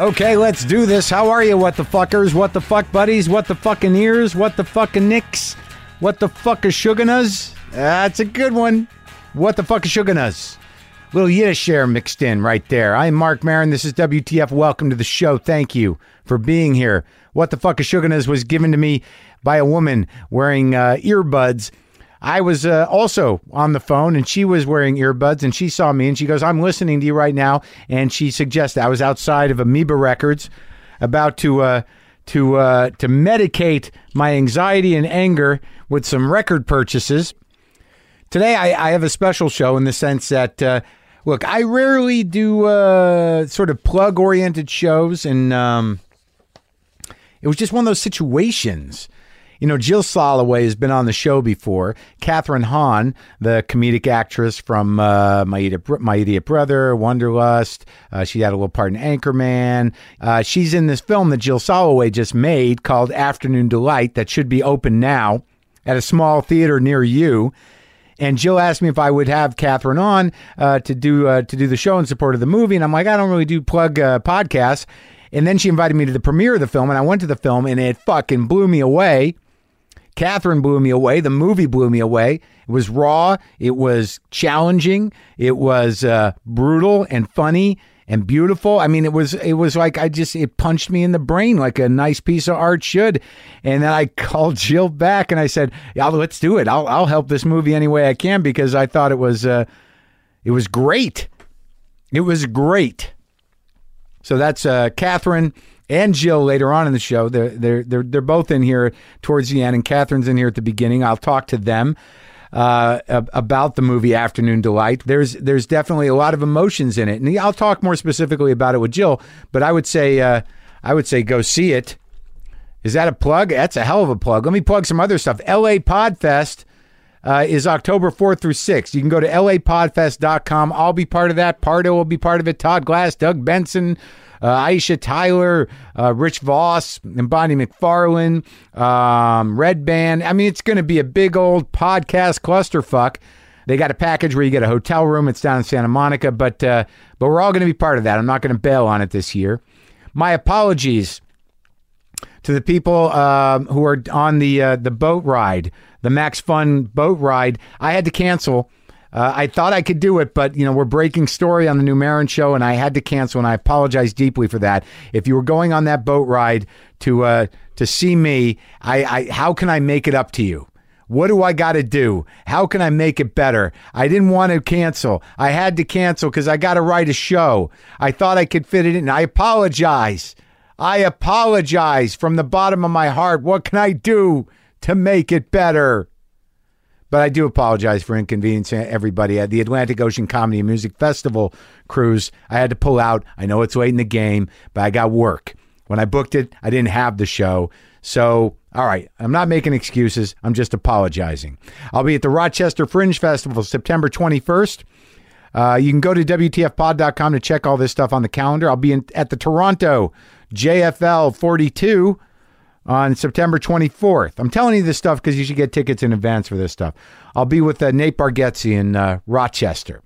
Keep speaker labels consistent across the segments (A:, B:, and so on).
A: Okay, let's do this. How are you, what the fuckers? What the fuck buddies? What the fucking ears? What the fucking nicks? What the fuck is suganas? That's a good one. What the fuck is suganas? Little Yiddish air mixed in right there. I'm Mark Marin. This is WTF. Welcome to the show. Thank you for being here. What the fuck is suganas was given to me by a woman wearing uh, earbuds. I was uh, also on the phone and she was wearing earbuds and she saw me and she goes, I'm listening to you right now. And she suggested I was outside of Amoeba Records about to. Uh, to uh, to medicate my anxiety and anger with some record purchases. Today I, I have a special show in the sense that uh, look, I rarely do uh, sort of plug oriented shows, and um, it was just one of those situations. You know, Jill Soloway has been on the show before. Catherine Hahn, the comedic actress from uh, My, Idiot, Br- My Idiot Brother, Wonderlust, uh, she had a little part in Anchorman. Uh, she's in this film that Jill Soloway just made called Afternoon Delight that should be open now at a small theater near you. And Jill asked me if I would have Catherine on uh, to do uh, to do the show in support of the movie, and I'm like, I don't really do plug uh, podcasts. And then she invited me to the premiere of the film, and I went to the film, and it fucking blew me away. Catherine blew me away. The movie blew me away. It was raw. It was challenging. It was uh, brutal and funny and beautiful. I mean, it was it was like I just it punched me in the brain like a nice piece of art should. And then I called Jill back and I said, "Yeah, let's do it. I'll I'll help this movie any way I can because I thought it was uh, it was great. It was great." So that's uh, Catherine and Jill later on in the show. They're, they're, they're, they're both in here towards the end, and Catherine's in here at the beginning. I'll talk to them uh, ab- about the movie Afternoon Delight. There's, there's definitely a lot of emotions in it, and I'll talk more specifically about it with Jill, but I would say, uh, I would say go see it. Is that a plug? That's a hell of a plug. Let me plug some other stuff. LA Podfest uh, is October 4th through 6th. You can go to lapodfest.com. I'll be part of that. Pardo will be part of it. Todd Glass, Doug Benson, uh, Aisha Tyler, uh, Rich Voss, and Bonnie McFarlane, um, Red Band. I mean, it's going to be a big old podcast clusterfuck. They got a package where you get a hotel room. It's down in Santa Monica, but uh, but we're all going to be part of that. I'm not going to bail on it this year. My apologies to the people um, who are on the uh, the boat ride, the Max Fun boat ride. I had to cancel. Uh, I thought I could do it, but you know we're breaking story on the New Marin show, and I had to cancel, and I apologize deeply for that. If you were going on that boat ride to uh, to see me, I, I how can I make it up to you? What do I got to do? How can I make it better? I didn't want to cancel. I had to cancel because I got to write a show. I thought I could fit it in. I apologize. I apologize from the bottom of my heart. What can I do to make it better? But I do apologize for inconveniencing everybody at the Atlantic Ocean Comedy and Music Festival cruise. I had to pull out. I know it's late in the game, but I got work. When I booked it, I didn't have the show. So, all right, I'm not making excuses. I'm just apologizing. I'll be at the Rochester Fringe Festival September 21st. Uh, you can go to WTFpod.com to check all this stuff on the calendar. I'll be in, at the Toronto JFL 42 on September 24th. I'm telling you this stuff because you should get tickets in advance for this stuff. I'll be with uh, Nate Bargatze in uh, Rochester.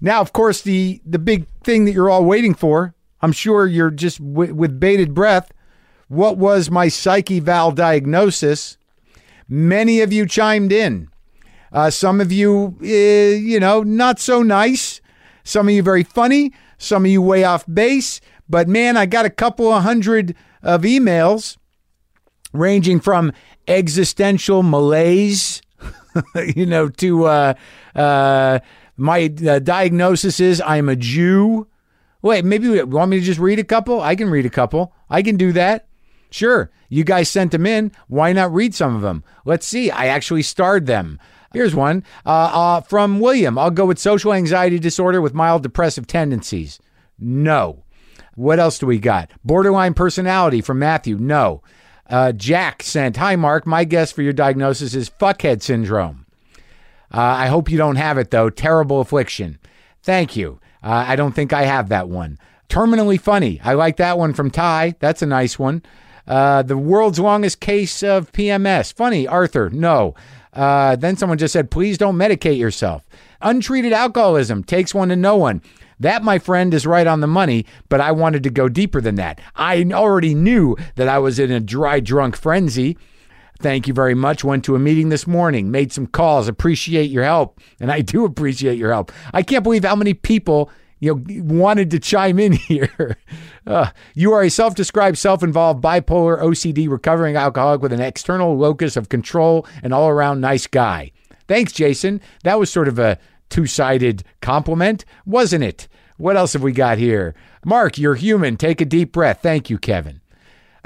A: Now, of course, the the big thing that you're all waiting for, I'm sure you're just wi with bated breath. What was my psyche valve diagnosis? Many of you chimed in. Uh, some of you, uh, you know, not so nice. Some of you very funny. Some of you way off base. But man, I got a couple of hundred of emails ranging from existential malaise, you know, to uh, uh, my uh, diagnosis is I'm a Jew. Wait, maybe you want me to just read a couple? I can read a couple. I can do that. Sure. You guys sent them in. Why not read some of them? Let's see. I actually starred them. Here's one uh, uh, from William. I'll go with social anxiety disorder with mild depressive tendencies. No. What else do we got? Borderline personality from Matthew. No. Uh, Jack sent, Hi, Mark. My guess for your diagnosis is fuckhead syndrome. Uh, I hope you don't have it though. Terrible affliction. Thank you. Uh, I don't think I have that one. Terminally funny. I like that one from Ty. That's a nice one. Uh, the world's longest case of PMS. Funny, Arthur. No. Uh, then someone just said, please don't medicate yourself. Untreated alcoholism takes one to no one. That, my friend, is right on the money, but I wanted to go deeper than that. I already knew that I was in a dry, drunk frenzy. Thank you very much. Went to a meeting this morning, made some calls, appreciate your help. And I do appreciate your help. I can't believe how many people you know wanted to chime in here. Uh, you are a self-described self-involved bipolar OCD recovering alcoholic with an external locus of control and all-around nice guy. Thanks, Jason. That was sort of a two-sided compliment, wasn't it? What else have we got here? Mark, you're human. Take a deep breath. Thank you, Kevin.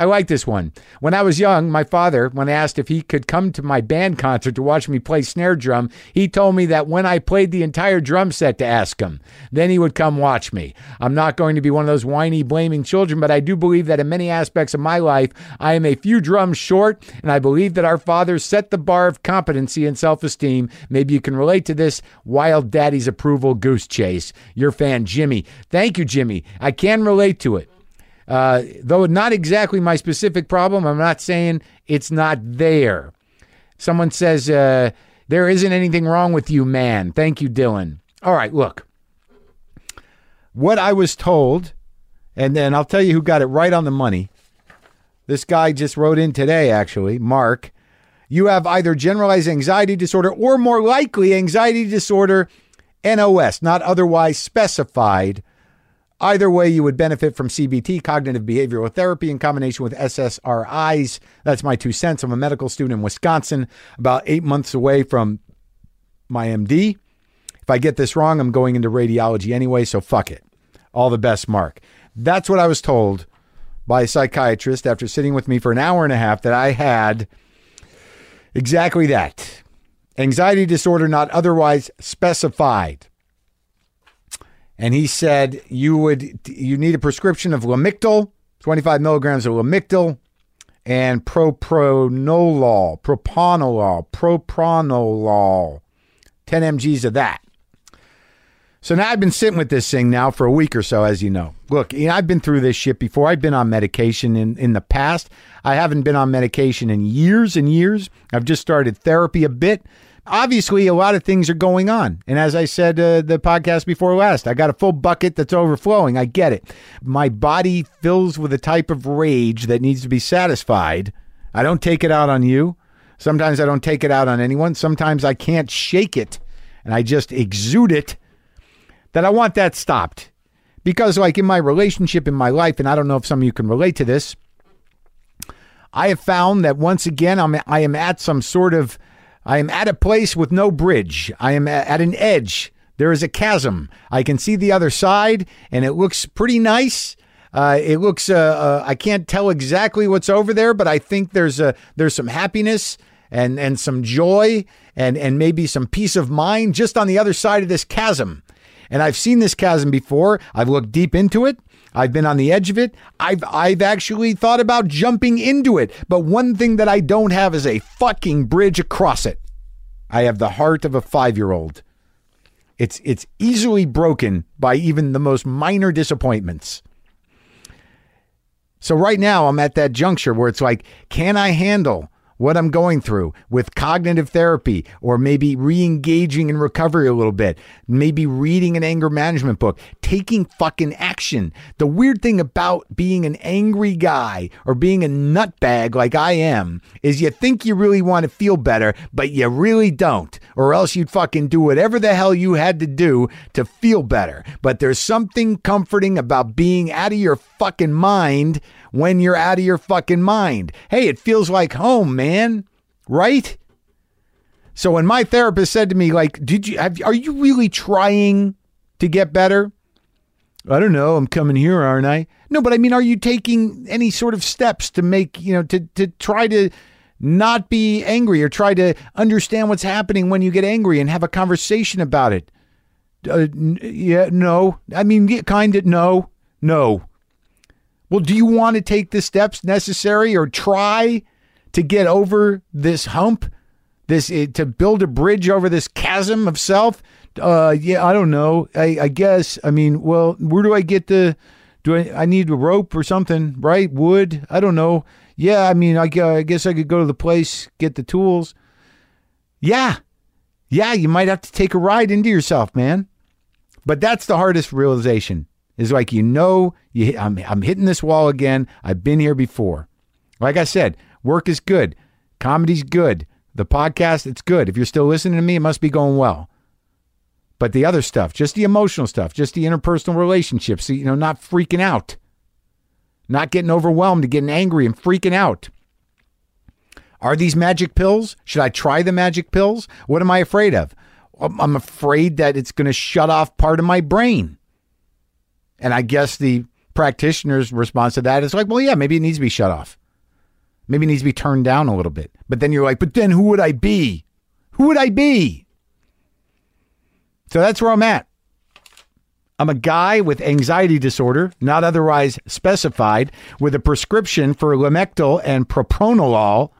A: I like this one. When I was young, my father, when asked if he could come to my band concert to watch me play snare drum, he told me that when I played the entire drum set to ask him, then he would come watch me. I'm not going to be one of those whiny, blaming children, but I do believe that in many aspects of my life, I am a few drums short, and I believe that our fathers set the bar of competency and self esteem. Maybe you can relate to this Wild Daddy's Approval Goose Chase. Your fan, Jimmy. Thank you, Jimmy. I can relate to it. Uh, though not exactly my specific problem, I'm not saying it's not there. Someone says, uh, There isn't anything wrong with you, man. Thank you, Dylan. All right, look. What I was told, and then I'll tell you who got it right on the money. This guy just wrote in today, actually, Mark. You have either generalized anxiety disorder or more likely anxiety disorder, NOS, not otherwise specified. Either way, you would benefit from CBT, cognitive behavioral therapy, in combination with SSRIs. That's my two cents. I'm a medical student in Wisconsin, about eight months away from my MD. If I get this wrong, I'm going into radiology anyway, so fuck it. All the best, Mark. That's what I was told by a psychiatrist after sitting with me for an hour and a half that I had exactly that anxiety disorder not otherwise specified and he said you would you need a prescription of Lamictal, 25 milligrams of Lamictal, and propranolol, propranolol, propranolol, 10 mg's of that. So now I've been sitting with this thing now for a week or so, as you know. Look, you know, I've been through this shit before. I've been on medication in, in the past. I haven't been on medication in years and years. I've just started therapy a bit obviously a lot of things are going on and as i said uh, the podcast before last i got a full bucket that's overflowing i get it my body fills with a type of rage that needs to be satisfied i don't take it out on you sometimes i don't take it out on anyone sometimes i can't shake it and i just exude it that i want that stopped because like in my relationship in my life and i don't know if some of you can relate to this i have found that once again i'm i am at some sort of I am at a place with no bridge. I am at an edge. There is a chasm. I can see the other side, and it looks pretty nice. Uh, it looks. Uh, uh, I can't tell exactly what's over there, but I think there's a there's some happiness and and some joy and and maybe some peace of mind just on the other side of this chasm. And I've seen this chasm before. I've looked deep into it. I've been on the edge of it. I've I've actually thought about jumping into it. But one thing that I don't have is a fucking bridge across it. I have the heart of a 5-year-old. It's it's easily broken by even the most minor disappointments. So right now I'm at that juncture where it's like can I handle what I'm going through with cognitive therapy or maybe re engaging in recovery a little bit, maybe reading an anger management book, taking fucking action. The weird thing about being an angry guy or being a nutbag like I am is you think you really want to feel better, but you really don't, or else you'd fucking do whatever the hell you had to do to feel better. But there's something comforting about being out of your fucking mind when you're out of your fucking mind. Hey, it feels like home, man, right? So when my therapist said to me, like, did you have, are you really trying to get better? I don't know. I'm coming here, aren't I? No, but I mean, are you taking any sort of steps to make, you know, to, to try to not be angry or try to understand what's happening when you get angry and have a conversation about it? Uh, n- yeah, no. I mean, yeah, kind of, no, no. Well, do you want to take the steps necessary or try to get over this hump, this eh, to build a bridge over this chasm of self? Uh, yeah, I don't know. I, I guess. I mean, well, where do I get the? Do I, I need a rope or something? Right? Wood? I don't know. Yeah, I mean, I, gu- I guess I could go to the place, get the tools. Yeah, yeah, you might have to take a ride into yourself, man. But that's the hardest realization. Is like you know you hit, I'm I'm hitting this wall again. I've been here before. Like I said, work is good, comedy's good, the podcast it's good. If you're still listening to me, it must be going well. But the other stuff, just the emotional stuff, just the interpersonal relationships, you know, not freaking out, not getting overwhelmed and getting angry and freaking out. Are these magic pills? Should I try the magic pills? What am I afraid of? Um, I'm I'm afraid that it's going to shut off part of my brain. And I guess the practitioner's response to that is like, well, yeah, maybe it needs to be shut off. Maybe it needs to be turned down a little bit. But then you're like, but then who would I be? Who would I be? So that's where I'm at. I'm a guy with anxiety disorder, not otherwise specified, with a prescription for Lamictal and propranolol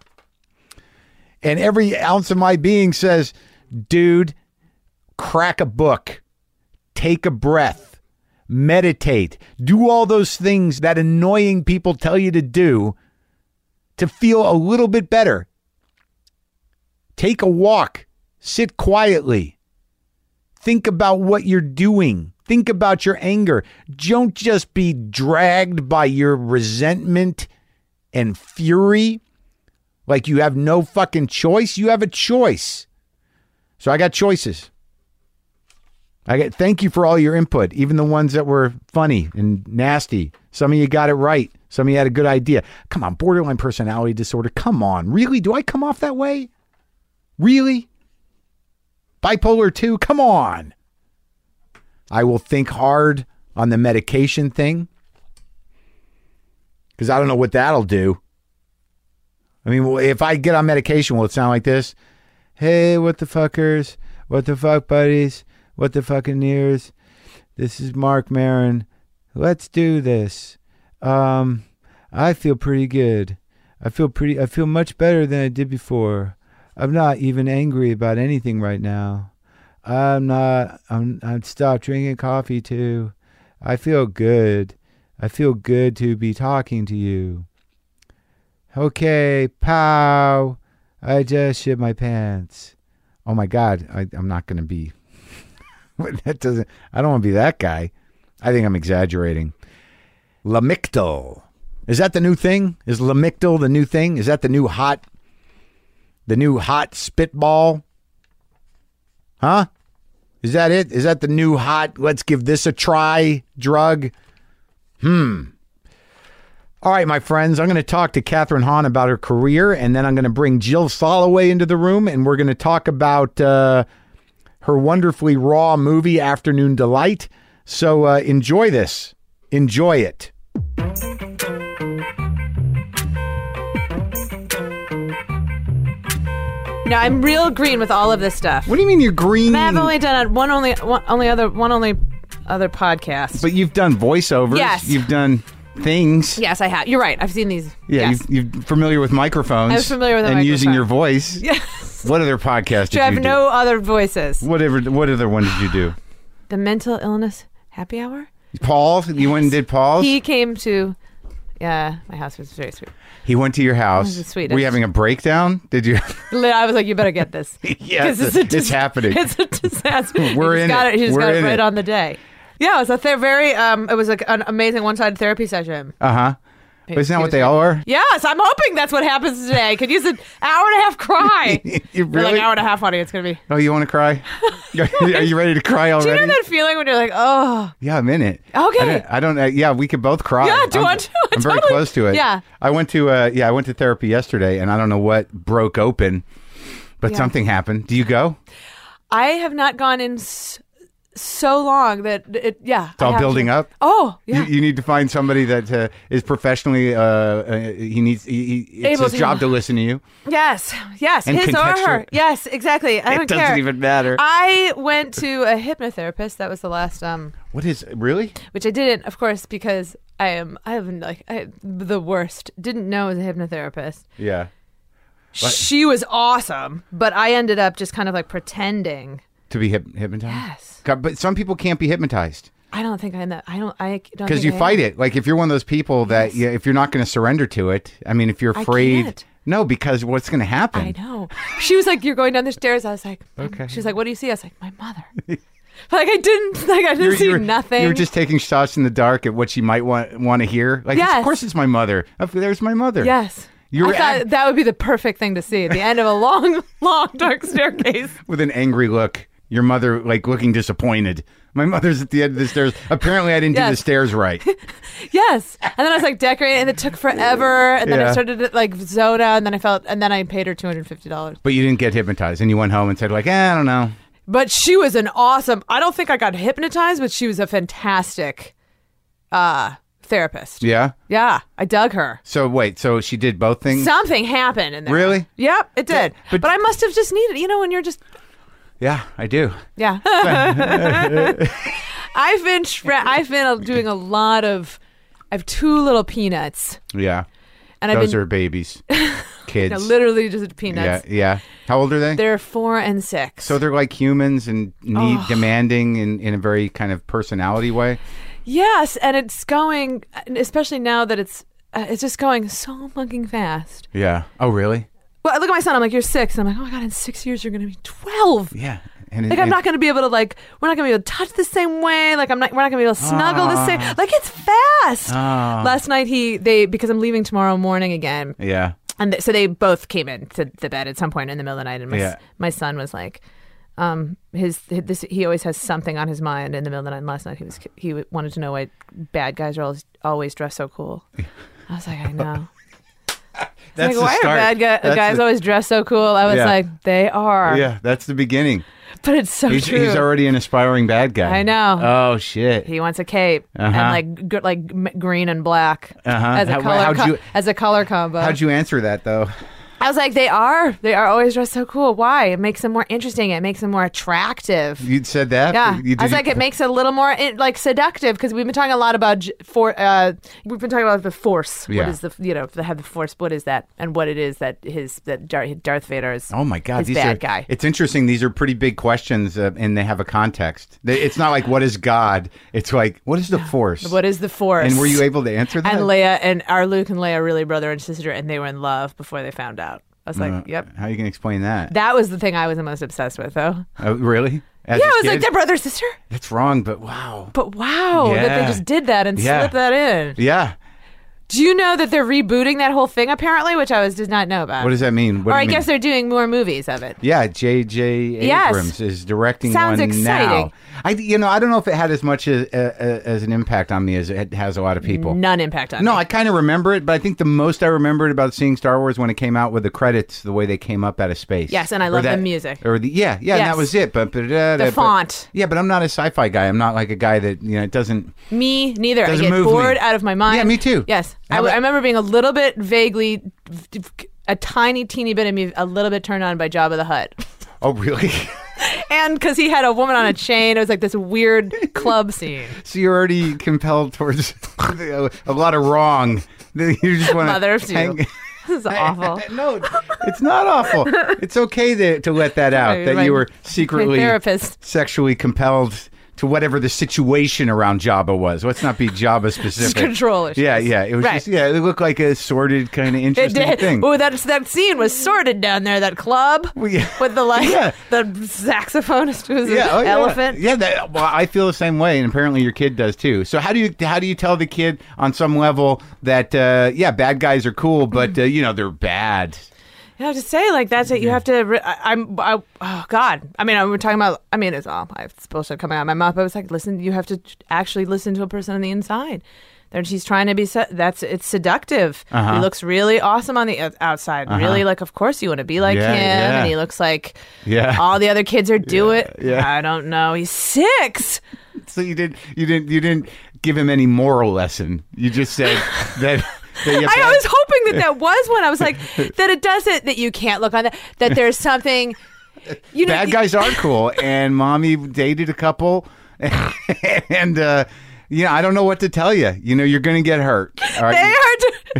A: and every ounce of my being says, dude, crack a book, take a breath, meditate, do all those things that annoying people tell you to do to feel a little bit better. Take a walk, sit quietly, think about what you're doing. Think about your anger. Don't just be dragged by your resentment and fury like you have no fucking choice. You have a choice. So I got choices. I get thank you for all your input, even the ones that were funny and nasty. Some of you got it right. Some of you had a good idea. Come on, borderline personality disorder. Come on. Really? Do I come off that way? Really? Bipolar 2? Come on. I will think hard on the medication thing because I don't know what that'll do. I mean, well, if I get on medication, will it sound like this? Hey, what the fuckers? What the fuck buddies? What the fucking ears? This is Mark Marin. Let's do this. Um, I feel pretty good. I feel pretty. I feel much better than I did before. I'm not even angry about anything right now. I'm not. I'm. I've stopped drinking coffee too. I feel good. I feel good to be talking to you. Okay, pow. I just shit my pants. Oh my God, I, I'm not going to be. that doesn't. I don't want to be that guy. I think I'm exaggerating. Lamictal. Is that the new thing? Is Lamictal the new thing? Is that the new hot, the new hot spitball? Huh? Is that it? Is that the new hot? Let's give this a try drug. All right, my friends, I'm going to talk to Catherine Hahn about her career, and then I'm going to bring Jill Soloway into the room, and we're going to talk about uh, her wonderfully raw movie, Afternoon Delight. So uh, enjoy this. Enjoy it.
B: No, I'm real green with all of this stuff.
A: What do you mean you're green?
B: I've only done it one only one only other one only other podcast.
A: but you've done voiceovers.
B: Yes.
A: You've done things.
B: yes, I have. You're right. I've seen these.
A: Yeah,
B: Yes.
A: you've, you're familiar with microphones.
B: I was familiar with a
A: and using
B: microphone.
A: your voice. Yes. What other podcast did
B: Do I have
A: you
B: no other voices?
A: do? Whatever. What other one did you do?
B: The mental illness happy hour.
A: Paul. You went and did Paul's.
B: He came to. Yeah, my house was very sweet.
A: He went to your house.
B: was the sweetest.
A: Were you having a breakdown? Did you?
B: Li- I was like, you better get this.
A: Yeah,
B: 'Cause
A: it's- it's
B: dis-
A: happening.
B: It's a disaster.
A: We're
B: He just
A: in
B: got
A: it.
B: He just
A: We're
B: got
A: in
B: it right
A: it.
B: on the day. Yeah, it was a th- very. Um, it was like an amazing one-sided therapy session.
A: Uh huh. Isn't that what they all are?
B: Yes, I'm hoping that's what happens today. Could use an hour and a half cry.
A: You
B: Or,
A: really?
B: Like hour and a half, honey. It's gonna be.
A: Oh, you want to cry? are you ready to cry
B: Do you
A: already?
B: know that feeling when you're like, oh,
A: Yeah, I'm in it.
B: Okay.
A: I don't. I don't uh, yeah, we could both cry.
B: Yeah, do you
A: I'm,
B: want to?
A: I'm very
B: Totally.
A: close to it.
B: Yeah.
A: I went to. Uh, yeah, I went to therapy yesterday, and I don't know what broke open, but
B: Yeah.
A: something happened. Do you go?
B: I have not gone in s- so long that it. Yeah, it's
A: all building up?
B: Oh, yeah.
A: You, you need to find somebody that uh, is professionally. Uh, uh, he needs. He, he, it's
B: Able
A: his
B: to-
A: job to listen to you.
B: yes, yes.
A: And
B: His or
A: contextual-
B: her. Yes, exactly. I
A: It
B: don't
A: doesn't
B: care.
A: even matter.
B: I went to a hypnotherapist. That was the last. Um,
A: What is really?
B: which I didn't, of course, because I am. I am like I, the worst. Didn't know it was a hypnotherapist.
A: Yeah.
B: She was awesome, but I ended up just kind of like pretending.
A: To be hyp- hypnotized.
B: Yes.
A: God, but some people can't be hypnotized.
B: I don't think I know. I don't. I don't
A: because
B: think
A: you
B: I
A: fight it. Like if you're one of those people that yeah, if you're not going to surrender to it, I mean, if you're
B: I
A: afraid,
B: can't.
A: no, because what's going to happen?
B: I know. She was like, "You're going down the stairs." I was like,
A: Okay.
B: okay. She's like, "What do you see?" I was like, "My mother." Like I didn't like I didn't see
A: you were,
B: nothing.
A: You were just taking shots in the dark at what she might want want to hear. Like,
B: Yes.
A: of course, it's my mother. Of- There's my mother.
B: Yes.
A: You were
B: I thought
A: act-
B: that would be the perfect thing to see at the end of a long, long dark staircase.
A: With an angry look, your mother like looking disappointed. My mother's at the end of the stairs. Apparently, I didn't do the
B: Yes.
A: stairs right.
B: Yes. And then I was like decorating, and it took forever. And then
A: Yeah.
B: I started to, like Zoda, and then I felt, and then I paid her two hundred fifty dollars.
A: But you didn't get hypnotized, and you went home and said like, eh, I don't know.
B: But she was an awesome. I don't think I got hypnotized, but she was a fantastic uh, therapist.
A: Yeah.
B: Yeah, I dug her.
A: So wait, so she did both things.
B: Something happened in there.
A: Really?
B: Yep, it did.
A: but-
B: But, I must have just needed, you know, when you're just
A: yeah, I do.
B: Yeah. I've been tra- I've been doing a lot of I have two little peanuts
A: Yeah,
B: and I've
A: those
B: been
A: are babies, kids.
B: you know, literally just
A: yeah,
B: peanuts.
A: yeah. How old are they?
B: They're 4 and 6.
A: so they're like humans and
B: Oh.
A: need demanding in, in a very kind of personality way.
B: yes, and it's going especially now that it's uh, it's just going so fucking fast.
A: Yeah. Oh, really?
B: Well, I look at my son. I'm like, you're six. And I'm like, oh my god, in six years you're gonna be twelve.
A: Yeah. And
B: Like, I'm not gonna be able to like, we're not gonna be able to touch the same way. Like, I'm not, we're not gonna be able to snuggle the same. Like, it's fast.
A: Ah.
B: Last night he, they, because I'm leaving tomorrow morning again,
A: Yeah.
B: And th- so they both came in to the bed at some point in the middle of the night, and my, s-
A: Yeah.
B: my son was like, um, his, his this he always has something on his mind in the middle of the night. And last night he was he w- wanted to know why bad guys are always always dressed so cool. I was like, I know.
A: That's
B: like, why
A: the start.
B: are bad guy-
A: That's
B: guys
A: the-
B: always dressed so cool? I was
A: Yeah.
B: like, they are.
A: Yeah, that's the beginning.
B: But it's so
A: He's,
B: true.
A: he's already an aspiring bad guy.
B: I know.
A: Oh shit.
B: he wants a cape
A: Uh-huh.
B: and like gr- like m- green and black
A: Uh-huh.
B: as a
A: How-
B: color
A: how'd
B: co-
A: you-
B: as a color combo.
A: How'd you answer that though?
B: I was like, they are. They are always dressed so cool. Why? It makes them more interesting. It makes them more attractive.
A: You'd said that.
B: Yeah,
A: You,
B: I was
A: you-
B: like, it makes it a little more it, like seductive because we've been talking a lot about j- for. Uh, we've been talking about the force.
A: Yeah.
B: What is the you know the have the force? What is that? And what it is that his that Dar- Darth Vader is.
A: Oh my God!
B: his
A: These
B: bad
A: are,
B: guy.
A: It's interesting. These are pretty big questions, uh, and they have a context. They, it's not like what is God. It's like what is the Force?
B: What is the force?
A: and were you able to answer that?
B: And Leia and our Luke and Leia are really brother and sister, and they were in love before they found out. I was like,
A: Uh,
B: yep.
A: How are you going to explain that?
B: That was the thing I was the most obsessed with, though.
A: Oh, really? As
B: Yeah,
A: a
B: I was like,
A: kid?
B: they're brother and sister.
A: that's wrong. But wow.
B: But wow, that
A: Yeah.
B: they just did that and
A: Yeah.
B: slipped that in.
A: Yeah.
B: Do you know that they're rebooting that whole thing apparently, which I was did not know about.
A: What does that mean? What
B: or
A: do
B: I
A: you mean?
B: guess they're doing more movies of it.
A: Yeah, J.J.
B: Yes.
A: Abrams is directing
B: Sounds
A: one now.
B: exciting.
A: I, you know, I don't know if it had as much as, uh, as an impact on me as it has a lot of people.
B: None impact on
A: No,
B: me.
A: I kind of remember it, but I think the most I remembered about seeing Star Wars when it came out with the credits, the way they came up out of space.
B: Yes, and I
A: Or
B: love the
A: that-
B: music.
A: Or the yeah, yeah, and that
B: Yes.
A: was it. But
B: The font.
A: Yeah, but I'm not a sci-fi guy. I'm not like a guy that you know it doesn't.
B: Me neither. I
A: Doesn't
B: get
A: move me.
B: bored out of my mind.
A: Yeah, me too.
B: Yes.
A: How
B: I, w-
A: about-
B: I remember being a little bit vaguely, a tiny, teeny bit of me, a little bit turned on by Jabba the Hutt.
A: Oh, really?
B: And because he had a woman on a chain, it was like this weird club scene.
A: so you're already compelled towards a lot of wrong. You just want
B: Mother of two.
A: hang-
B: This is awful.
A: no, it's not awful. It's okay to, to let that out
B: Sorry,
A: that
B: my-
A: you were
B: My
A: secretly
B: therapist.
A: sexually compelled to whatever the situation around Jabba was. Let's not be Jabba specific.
B: control issues.
A: Yeah, yeah. It was
B: Right.
A: just yeah. It looked like a sordid kind of
B: It
A: interesting
B: did.
A: thing.
B: Oh, that that scene was sorted down there. That club
A: Well, yeah.
B: with the like
A: Yeah.
B: the saxophonist who was
A: yeah,
B: an
A: oh, yeah.
B: elephant.
A: Yeah, that, well, I feel the same way, and apparently your kid does too. So how do you how do you tell the kid on some level that uh, yeah, bad guys are cool, but uh, you know they're bad.
B: You have to say like that's it. You have to. Re- I, I'm. I, oh God. I mean, I, we're talking about. I mean, it's all my bullshit coming out of my mouth. But I was like, listen. You have to actually listen to a person on the inside. Then she's trying to be. Se- that's it's seductive.
A: Uh-huh.
B: He looks really awesome on the o- outside. Really like. Of course you want to be like
A: Yeah,
B: him.
A: yeah.
B: And he looks like.
A: Yeah.
B: All the other kids are do it.
A: yeah.
B: I don't know. He's six.
A: So you didn't you didn't you didn't give him any moral lesson. You just said that. that you have to-
B: I was hoping that that was one. I was like, that it doesn't, that you can't look on that, that there's something, you know,
A: bad guys are cool and mommy dated a couple and uh you know i don't know what to tell you you know you're gonna get hurt all
B: they
A: right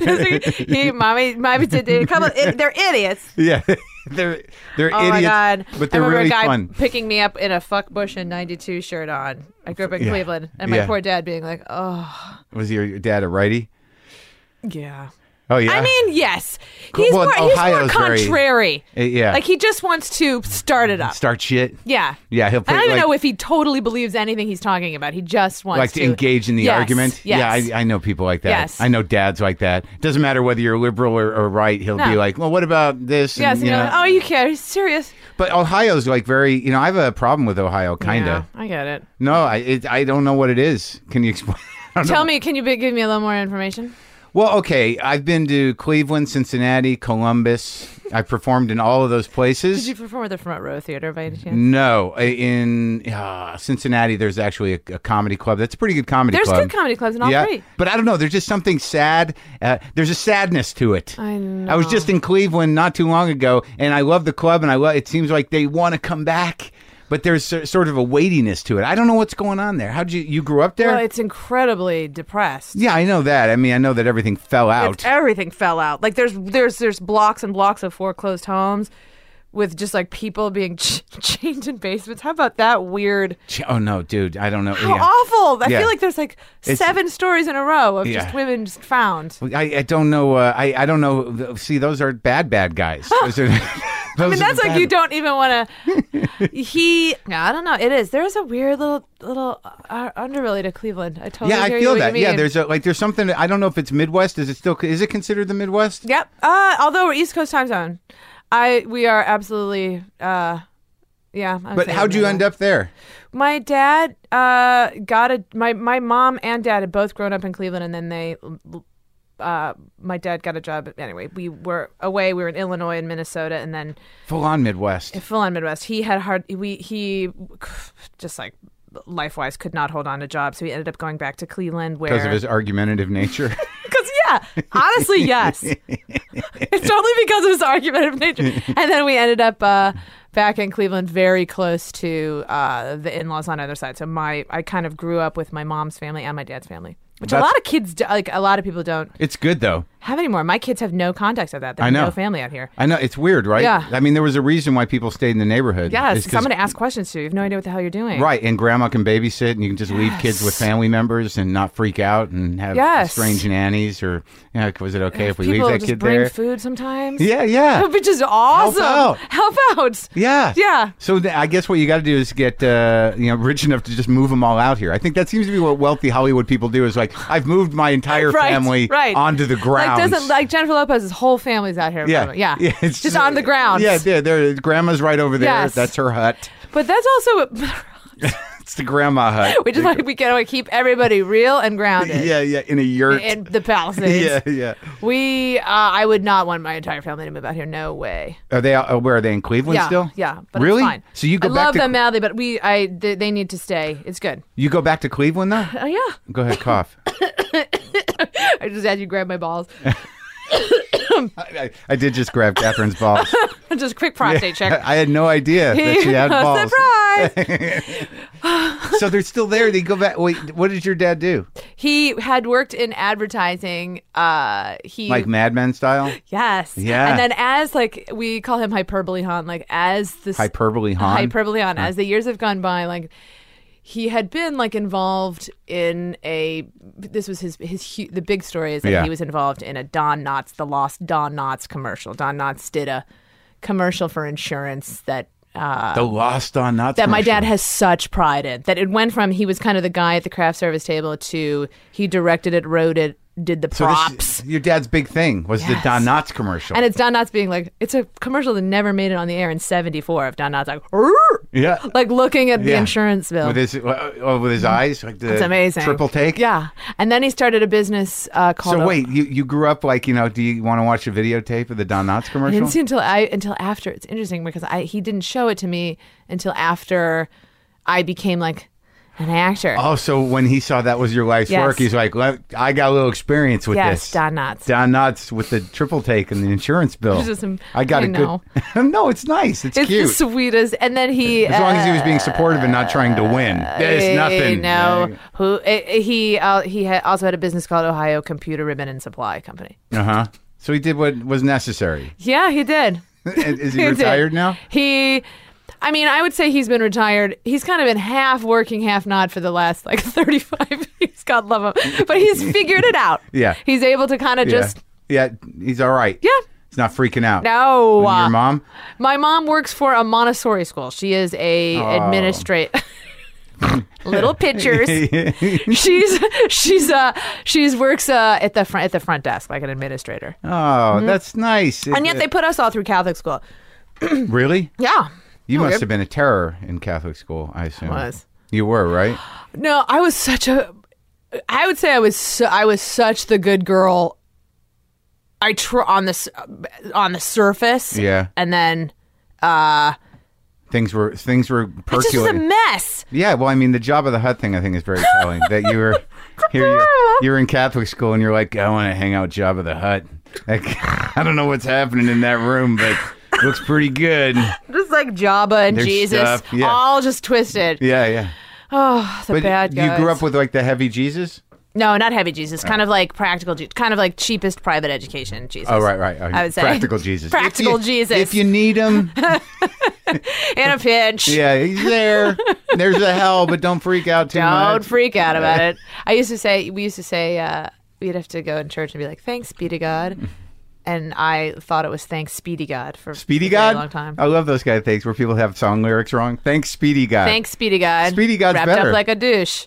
B: are, t- he, mommy, mommy did did a couple, i- they're idiots.
A: yeah they're they're
B: Oh
A: idiots
B: my God.
A: but
B: I
A: they're
B: remember
A: really
B: a guy
A: fun
B: picking me up in a fuck bush and 92 shirt on. I grew up in
A: Yeah.
B: Cleveland and my
A: Yeah.
B: poor dad being like, oh,
A: was your, your dad a righty
B: yeah.
A: Oh, yeah?
B: I mean, yes. He's
A: Well,
B: more, he's more
A: Ohio's very-
B: contrary.
A: Uh, yeah.
B: Like he just wants to start it up.
A: Start shit.
B: yeah.
A: Yeah, he'll
B: I
A: play,
B: don't even
A: like-
B: know if he totally believes anything he's talking about. He just wants
A: Like to engage in the
B: Yes,
A: argument.
B: Yes.
A: Yeah, I, I know people like that.
B: Yes.
A: I know dads like that. Doesn't matter whether you're liberal or, or right. He'll
B: No.
A: be like, "Well, what about this?" and,
B: yes. And
A: you
B: you're
A: know.
B: like, oh, you oh, care? He's serious.
A: But Ohio's like very. You know, I have a problem with Ohio, kind of.
B: Yeah, I get it.
A: No, I it, I don't know what it is. Can you explain? I don't know.
B: Tell me, can you be- give me a little more information?
A: Well, okay. I've been to Cleveland, Cincinnati, Columbus. I performed in all of those places.
B: Did you perform at the Front Row Theater by any chance?
A: no, I- in uh, Cincinnati, there's actually a, a comedy club. That's a pretty good comedy
B: There's
A: club.
B: good comedy clubs in all
A: yeah,
B: three.
A: but I don't know. There's just something sad. Uh, there's a sadness to it.
B: I know.
A: I was just in Cleveland not too long ago, and I love the club, and I love. It seems like they want to come back, but there's so- sort of a weightiness to it. I don't know what's going on there. How'd you you grew up there?
B: Well, it's incredibly depressed.
A: yeah, I know that. I mean, I know that everything fell out.
B: It's everything fell out. Like there's there's there's blocks and blocks of foreclosed homes with just like people being ch- chained in basements. How about that weird?
A: Ch- oh no, dude, I don't know.
B: How
A: Yeah.
B: awful! I
A: Yeah.
B: feel like there's like
A: It's-
B: seven stories in a row of
A: Yeah.
B: just women just found.
A: I, I don't know. Uh, I I don't know. See, those are bad bad guys. Those are,
B: I mean, that's like you don't even want to. he, no, I don't know. It is. There is a weird little little uh, underbelly to Cleveland. I totally
A: Yeah, I
B: hear
A: feel
B: you,
A: that.
B: What you
A: Yeah,
B: mean.
A: there's a like there's something. I don't know if it's Midwest. Is it still? Is it considered the Midwest?
B: Yep. Uh, although we're East Coast time zone, I we are absolutely. Uh, yeah. I would
A: But
B: say
A: how'd you
B: Midwest.
A: end up there?
B: My dad uh, got a my my mom and dad had both grown up in Cleveland, and then they. Uh, my dad got a job. Anyway, we were away. We were in Illinois and Minnesota, and then
A: Full on Midwest.
B: full on Midwest. He had hard. We he just like life wise could not hold on to job, so he ended up going back to Cleveland, where
A: because of his argumentative nature.
B: because yeah, honestly, yes. it's only because of his argumentative nature. And then we ended up uh, back in Cleveland, very close to uh, the in-laws on either side. So my I kind of grew up with my mom's family and my dad's family, which a
A: That's-
B: lot of kids do, like a lot of people don't
A: it's good though.
B: have anymore. My kids have no contacts of that. They
A: I
B: have
A: know.
B: no family out here.
A: I know it's weird, right?
B: Yeah.
A: I mean, there was a reason why people stayed in the neighborhood.
B: Yes,
A: It's 'cause-
B: someone to ask questions to. You have no idea what the hell you're doing.
A: Right, and grandma can babysit, and you can just leave kids with family members and not freak out and have
B: Yes.
A: strange nannies. Or you know, was it okay if we
B: People
A: leave that
B: just
A: kid
B: bring
A: there?
B: food sometimes.
A: Yeah, yeah,
B: Which is awesome.
A: out.
B: Help out.
A: yeah,
B: Yeah.
A: So th- I guess what you got to do is get uh, you know rich enough to just move them all out here. I think that seems to be what wealthy Hollywood people do. Is like I've moved my entire
B: Right,
A: family
B: right.
A: onto the ground.
B: Like doesn't like Jennifer Lopez's whole family's out here.
A: yeah,
B: yeah,
A: it's-
B: It's just on the ground.
A: Yeah, there, there. Grandma's right over there.
B: Yes.
A: That's her hut.
B: but that's also
A: It's the grandma hut.
B: we just like we gotta keep everybody real and grounded
A: yeah, yeah, in a yurt.
B: in the Palisades.
A: yeah, yeah.
B: We, uh, I would not want my entire family to move out here. No way.
A: Are they? Uh, where are they in Cleveland
B: yeah,
A: still?
B: yeah. But
A: really?
B: it's fine.
A: So you go
B: I
A: back
B: love
A: to
B: them madly, but we, I, they, they need to stay. It's good.
A: you go back to Cleveland though.
B: Oh yeah.
A: Go ahead, cough.
B: I just had you grab my balls.
A: I, I, I did just grab Catherine's balls.
B: just quick prostate check.
A: I had no idea that she had balls.
B: Surprise!
A: So they're still there. They go back. Wait, what did your dad do?
B: he had worked in advertising. Uh, he
A: Like Mad Men style,
B: Yes.
A: Yeah.
B: And then as like we call him hyperbole Han, like as the s-
A: hyperbole, Han.
B: hyperbole Han, as the years have gone by, like he had been like involved in a this was his his hu- the big story is that
A: Yeah.
B: he was involved in a Don Knotts the lost Don Knotts commercial. Don Knotts did a commercial for insurance that uh
A: the Lost on Not.
B: that my dad has such pride in. That it went from he was kind of the guy at the craft service table to he directed it, wrote it, did the props.
A: your dad's big thing was the
B: Yes.
A: Don Knotts commercial.
B: And it's Don Knotts being like, it's a commercial that never made it on the air in '74. Of Don Knotts like, "Rrr,"
A: yeah.
B: like looking at the
A: Yeah.
B: insurance bill.
A: with his uh, oh, with his eyes, like the
B: it's amazing.
A: triple take.
B: Yeah. And then he started a business uh, called.
A: So wait, you, you grew up like you know? Do you want to watch a videotape of the Don Knotts
B: I
A: commercial?
B: didn't see until I until after. It's interesting because I he didn't show it to me until after I became like an actor.
A: Oh, so when he saw that was your life's
B: Yes.
A: work, he's like, "Let- I got a little experience with
B: yes,
A: this.
B: Don Knotts.
A: Don Knotts with the triple take and the insurance bill.
B: It's just some-
A: I got
B: I
A: a
B: know.
A: good. no, it's nice. It's,
B: it's
A: cute.
B: the sweetest. And then he uh,
A: as long as he was being supportive and not trying to win. There's nothing.
B: No, who eh, he uh, he had also had a business called Ohio Computer Ribbon and Supply Company.
A: Uh huh. So he did what was necessary.
B: Yeah, he did.
A: Is he
B: He did.
A: retired now?
B: He, I mean, I would say he's been retired. He's kind of been half working, half not for the last like 35 years. God love him. But he's figured it out.
A: Yeah.
B: He's able to kind of
A: Yeah.
B: just
A: Yeah, he's all right.
B: Yeah.
A: He's not freaking out.
B: No. uh,
A: And your mom?
B: My mom works for a Montessori school. She is a
A: Oh.
B: administrate. Little pictures.
A: Oh,
B: she's she's uh she's works uh at the front at the front desk like an administrator.
A: Oh, that's nice.
B: Mm-hmm.
A: Uh,
B: And yet they put us all through Catholic school.
A: Really?
B: Yeah.
A: You
B: No,
A: must
B: we're-
A: have been a terror in Catholic school, I assume.
B: was.
A: You were, right?
B: No, I was such a. I would say I was. Su- I was such the good girl. I tr- on this on the surface.
A: Yeah.
B: And then
A: Things were things were
B: it just was a
A: percolating.
B: mess.
A: Yeah, well, I mean, the job of the hut thing, I think, is very telling. that you were here, you're, you're in Catholic school, and you're like, I want to hang out with Job of the Hut. Like, I don't know what's happening in that room, but it looks pretty good.
B: Just like Jabba and
A: Their
B: Jesus,
A: stuff, yeah.
B: all just twisted.
A: Yeah, yeah.
B: Oh, the
A: But
B: bad
A: you
B: guys.
A: grew up with like the heavy Jesus.
B: No, not heavy Jesus. Kind of like practical, Je- kind of like cheapest private education Jesus.
A: Oh, right, right. Oh,
B: I would say
A: practical Jesus.
B: Practical
A: if you,
B: Jesus.
A: If you need him,
B: In a pinch.
A: yeah, he's there. There's a hell, but don't freak out too
B: Don't
A: much.
B: freak out about it. I used to say we used to say uh, we'd have to go in church and be like, "Thanks be to God," and I thought it was "Thanks Speedy God" for
A: Speedy
B: a very
A: God.
B: long time.
A: I love those kind of things where people have song lyrics wrong. Thanks, Speedy God.
B: Thanks Speedy God.
A: Speedy God's
B: wrapped
A: better.
B: up like a douche.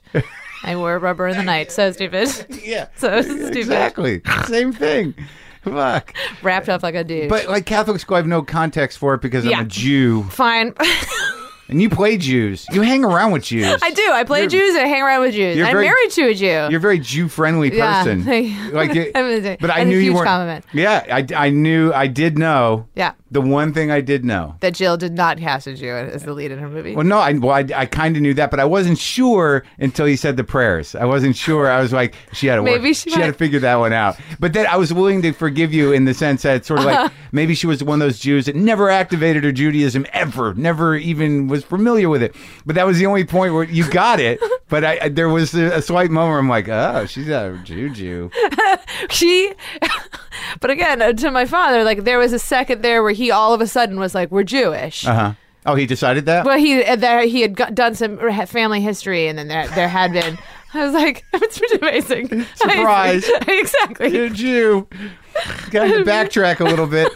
B: I wore rubber in the night. So stupid.
A: Yeah.
B: So stupid.
A: Exactly. Same thing. Fuck.
B: Wrapped up like a douche.
A: But like Catholic school, I have no context for it because
B: Yeah.
A: I'm a Jew,
B: fine.
A: and you play Jews. You hang around with Jews.
B: I do. I play Jews. I hang around with Jews.
A: you're
B: I'm
A: very-
B: married to a Jew.
A: You're a very Jew friendly
B: Yeah.
A: person. like, it-
B: I'm gonna say-
A: but I
B: and a
A: knew you
B: huge
A: weren't.
B: compliment.
A: Yeah, I, I knew. I did know.
B: Yeah.
A: The one thing I did know.
B: that Jill did not cast a Jew as the lead in her movie.
A: Well, no, I well, I, I kind of knew that, but I wasn't sure until you said the prayers. I wasn't sure. I was like, she had to work.
B: Maybe she
A: had to
B: might-
A: figure that one out. But then I was willing to forgive you in the sense that sort of
B: Uh-huh.
A: like maybe she was one of those Jews that never activated her Judaism ever, never even was familiar with it. But that was the only point where you got it. But I, I- there was a, a slight moment where I'm like, oh, she's a Jew Jew.
B: she but again uh, to my father like there was a second there where he all of a sudden was like we're jewish
A: Uh huh. Oh, he decided that.
B: but he uh, there he had got, done some re- family history and then there, there had been i was like it's pretty amazing
A: Surprise.
B: I- exactly
A: You're a Jew. Got to backtrack a little bit.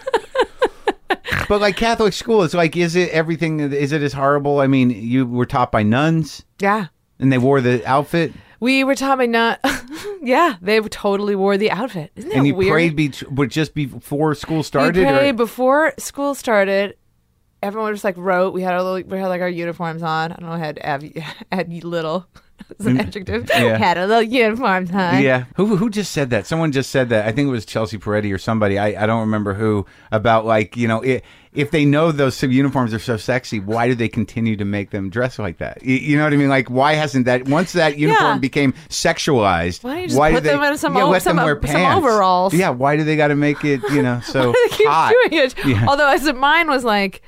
A: But like Catholic school, it's like, is it everything? Is it as horrible? I mean, you were taught by nuns,
B: yeah
A: and they wore the outfit,
B: we were talking not yeah they totally wore the outfit isn't that
A: and you
B: weird
A: prayed be, but just before school
B: we
A: started.
B: prayed
A: or,
B: before school started everyone just like wrote we had our little we had like our uniforms on i don't know i had av- had little as an adjective
A: Mm, yeah.
B: had a little uniforms on
A: yeah, who who just said that? Someone just said that. I think it was Chelsea Peretti or somebody. I, I don't remember who. About like you know, i if they know those sub uniforms are so sexy, why do they continue to make them dress like that? You, you know what I mean? Like why hasn't that once that uniform
B: Yeah.
A: became sexualized?
B: Why don't you just
A: do
B: put them in some o-
A: let
B: some
A: them
B: o-
A: wear
B: some
A: pants.
B: overalls?
A: Yeah, why do they got to make it you know so
B: They keep
A: hot?
B: doing it. Although as if mine was like,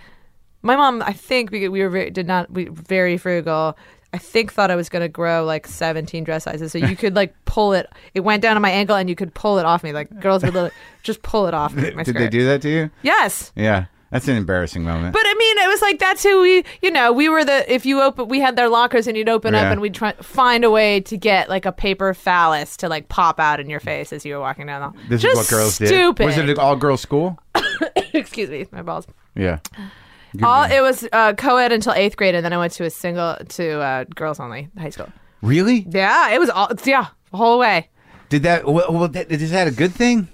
B: my mom, I think we, we were very, did not we were very frugal. I think thought I was going to grow like 17 dress sizes, so you could like pull it. It went down to my ankle, and you could pull it off me. Like girls would literally just pull it off me. My
A: Did
B: skirt.
A: they do that to you?
B: Yes.
A: Yeah, that's an embarrassing moment.
B: But I mean, it was like that's who we, you know, we were the. If you open, we had their lockers, and you'd open
A: Yeah.
B: up, and we'd try find a way to get like a paper phallus to like pop out in your face as you were walking down the. hall.
A: this
B: Just
A: is what girls
B: stupid.
A: did. Was it an all girls school?
B: Excuse me, my balls.
A: Yeah.
B: All it was uh, co-ed until eighth grade, and then I went to a single to uh, girls only high school.
A: Really?
B: Yeah, it was all yeah the whole way.
A: Did that? Well, well that, is that a good thing?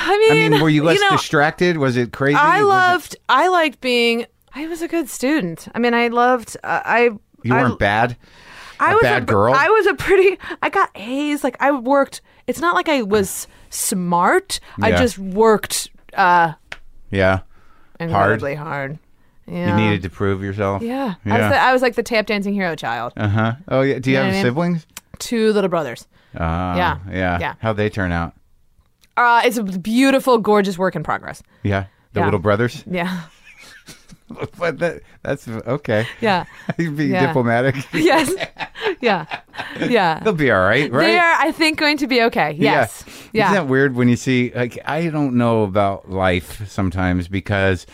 B: I mean,
A: I mean, were you less
B: know,
A: distracted? Was it crazy?
B: I
A: Was it-
B: loved I liked being. I was a good student. I mean, I loved. Uh, I
A: You
B: I-
A: weren't bad.
B: I
A: a
B: was
A: bad
B: a,
A: girl?
B: I was a pretty. I got A's. Like I worked. It's not like I was smart. I
A: Yeah.
B: just worked uh,
A: Yeah.
B: incredibly hard. Yeah.
A: You needed to prove yourself.
B: Yeah. I, was the,
A: Yeah.
B: I was like the tap dancing hero child.
A: Uh huh. Oh yeah. Do you
B: You know
A: have
B: what I mean?
A: siblings?
B: Two little brothers.
A: Uh,
B: Yeah.
A: Yeah.
B: Yeah.
A: How'd they turn out?
B: Uh, it's a beautiful, gorgeous work in progress.
A: Yeah. The
B: Yeah.
A: little brothers.
B: Yeah.
A: but that, that's okay.
B: Yeah.
A: You're being
B: Yeah.
A: diplomatic.
B: yes. Yeah. Yeah.
A: They'll be all right, right?
B: They are, I think, going to be okay. Yes. Yeah.
A: Isn't that weird when you see like I don't know about life sometimes because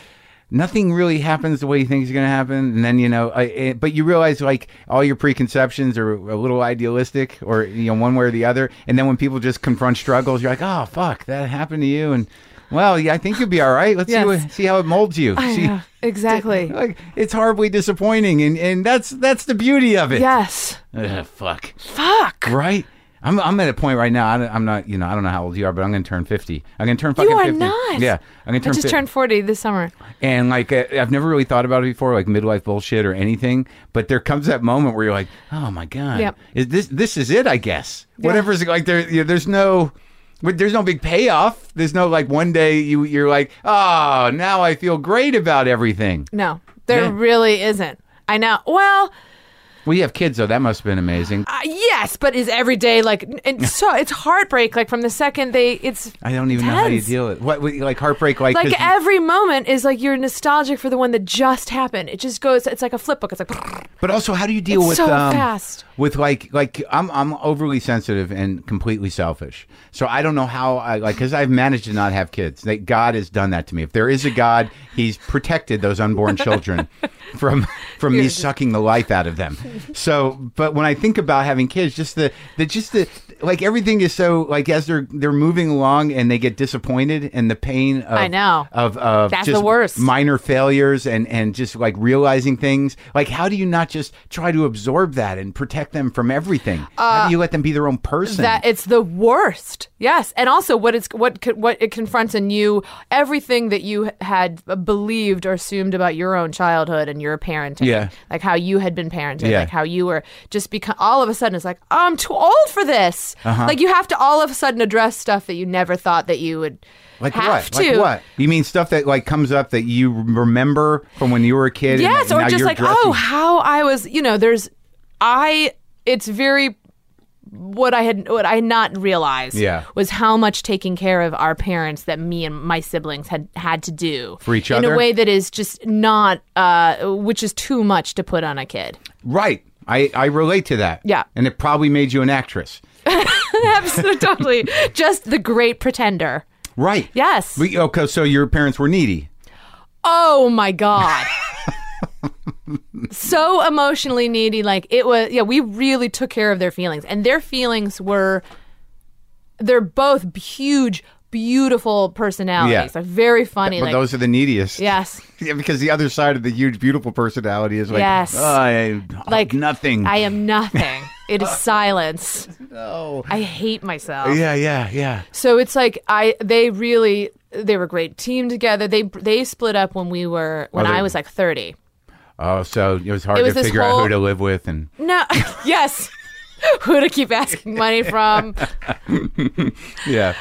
A: nothing really happens the way you think is going to happen, and then you know, I, it, but you realize like all your preconceptions are a little idealistic, or you know, one way or the other. And then when people just confront struggles, you're like, oh fuck, that happened to you, and well, yeah, I think you'll be all right. Let's
B: Yes.
A: see what, see how it molds you.
B: I
A: see,
B: know. exactly.
A: like it's horribly disappointing, and and that's that's the beauty of it.
B: Yes.
A: Ugh, fuck.
B: Fuck.
A: Right? I'm, I'm at a point right now. I don't, I'm not, you know, I don't know how old you are, but I'm going to turn 50. I'm going to turn fucking
B: are
A: 50.
B: not.
A: Yeah. I'm going to
B: I
A: turn
B: just
A: 50.
B: turned 40 this summer.
A: And like, I, I've never really thought about it before, like midlife bullshit or anything. But there comes that moment where you're like, oh my God.
B: Yep.
A: Is this, this is it, I guess. Whatever's like, there, you know, there's no. but There's no big payoff. There's no like one day you you're like, oh, now I feel great about everything.
B: No, there
A: Yeah.
B: really isn't. I know. Well,
A: We have kids though. That must have been amazing.
B: uh, yes, but is every day like n- and so? It's heartbreak. Like from the second they, it's
A: I don't even know how you
B: Intense.
A: deal with what with, like heartbreak like.
B: like
A: 'cause you-
B: every moment is like you're nostalgic for the one that just happened. It just goes. It's like a flip book. It's like
A: But also, how do you deal
B: It's
A: with
B: so
A: um,
B: fast.
A: with like like I'm I'm overly sensitive and completely selfish. So I don't know how I like because I've managed to not have kids. Like God has done that to me. If there is a God, He's protected those unborn children from from me sucking the life out of them. So, but when I think about having kids, just the the just the like everything is so like as they're they're moving along and they get disappointed and the pain of
B: I know.
A: of of
B: That's
A: just
B: the worst.
A: minor failures and and just like realizing things like how do you not just try to absorb that and protect them from everything how do you let them be their own person
B: Uh, that. It's the worst. Yes, and also what it's what co- what it confronts in you everything that you had believed or assumed about your own childhood and your parenting.
A: Yeah.
B: like how you had been parented.
A: Yeah.
B: like how you were just become. All of a sudden, it's like I'm too old for this.
A: Uh-huh.
B: Like you have to all of a sudden address stuff that you never thought that you would
A: like
B: have
A: what like
B: to.
A: what you mean stuff that like comes up that you remember from when you were a kid
B: Yes,
A: and that
B: or
A: now
B: just
A: you're
B: like,
A: dressing-
B: oh, how I was, you know, there's, I, it's very, what I had, what I had not realized
A: Yeah.
B: was how much taking care of our parents that me and my siblings had had to do
A: For each
B: in
A: other?
B: a way that is just not, uh, which is too much to put on a kid.
A: right I, I relate to that
B: Yeah.
A: and it probably made you an actress
B: Absolutely, totally. just the great pretender.
A: right
B: Yes.
A: we, okay so your parents were needy
B: Oh my god. so emotionally needy like it was yeah, we really took care of their feelings and their feelings were they're both huge beautiful personalities.
A: Yeah.
B: They're very funny
A: but
B: like
A: those are the neediest
B: yes.
A: Yeah, because the other side of the huge beautiful personality is like
B: Yes.
A: oh, I,
B: Like
A: nothing
B: I am nothing. It is silence.
A: oh
B: I hate myself.
A: yeah yeah yeah
B: So it's like I they really they were a great team together. They they split up when we were when
A: Oh, they-
B: I was like 30.
A: Oh, so it was hard
B: It was
A: to
B: this
A: figure out who
B: whole-
A: to live with, and
B: No. yes. Who to keep asking money from?
A: yeah,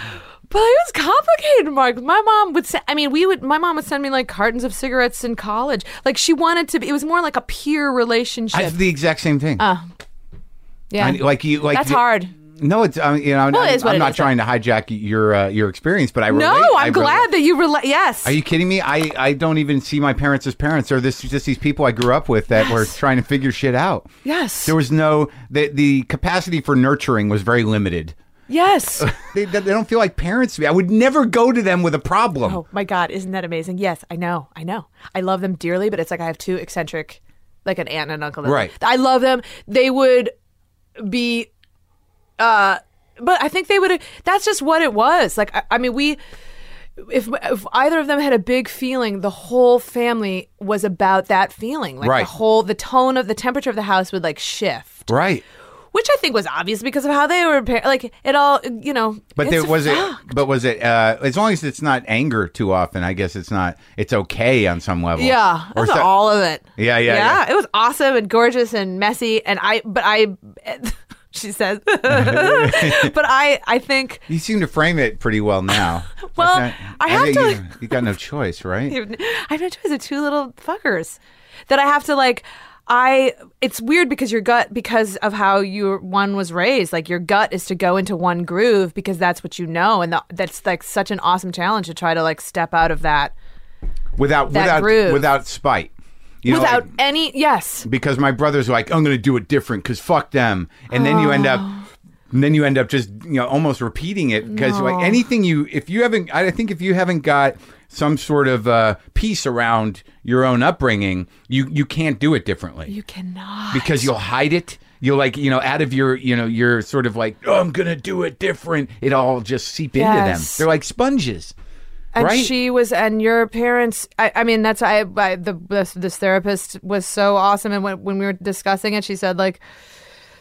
B: But it was complicated, Mark. My mom would send, I mean, we would, my mom would send me like cartons of cigarettes in college. Like she wanted to be, it was more like a peer relationship.
A: I, the exact same thing.
B: yeah.
A: I, like you, like
B: Uh-huh. That's hard.
A: No, it's I mean, you know,
B: Well, it
A: I'm,
B: is what
A: I'm
B: it
A: not
B: is,
A: trying to hijack your uh, your experience, but I relate.
B: No,
A: I relate.
B: I'm glad that you relate. Yes.
A: Are you kidding me? I, I don't even see my parents as parents. Or this just these people I grew up with that were trying to figure shit out.
B: yes.
A: There was no the the capacity for nurturing was very limited.
B: yes.
A: They, they don't feel like parents to me. I would never go to them with a problem.
B: oh my God. Isn't that amazing? Yes. I know. I know. I love them dearly, but it's like I have two eccentric, like an aunt and an uncle. that-
A: Right.
B: I love them. They would be uh, but I think they would. That's just what it was. Like, I, I mean, we. If, if either of them had a big feeling, the whole family was about that feeling. Like
A: Right.
B: the whole, the tone of the temperature of the house would like shift,
A: Right.
B: which I think was obvious because of how they were. Par- like it all, you know.
A: But
B: it's
A: there
B: a
A: was
B: fact.
A: it. But was it? Uh, as long as it's not anger too often, I guess it's not. It's okay on some level.
B: Yeah,
A: Or
B: that's
A: so-
B: all of it.
A: Yeah, yeah,
B: yeah. It was awesome and gorgeous and messy, and I. But I, she says, but I. I think
A: You seem to frame it pretty well now.
B: Well,
A: That's
B: I have
A: think
B: to-
A: You, you got no choice, right?
B: I've I've no choice of two little fuckers that I have to like. I it's weird because your gut because of how your one was raised like your gut is to go into one groove because that's what you know and the, that's like such an awesome challenge to try to like step out of that
A: Without
B: That
A: without
B: groove.
A: without spite. You know,
B: without
A: like-
B: any yes Oh.
A: because my brother's like, I'm going to do it different because fuck them, and then you end up and then you end up just you know almost repeating it because like
B: No.
A: anything you if you haven't I think if you haven't got some sort of uh, peace around your own upbringing, you you can't do it differently
B: You cannot.
A: because you'll hide it. You'll like you know out of your you know you're sort of like oh I'm gonna do it different. It all just seep into them.
B: Yes.
A: They're like sponges.
B: and
A: right?
B: she was, and your parents. I, I mean, that's I. I the this, this therapist was so awesome, and when, when we were discussing it, she said like,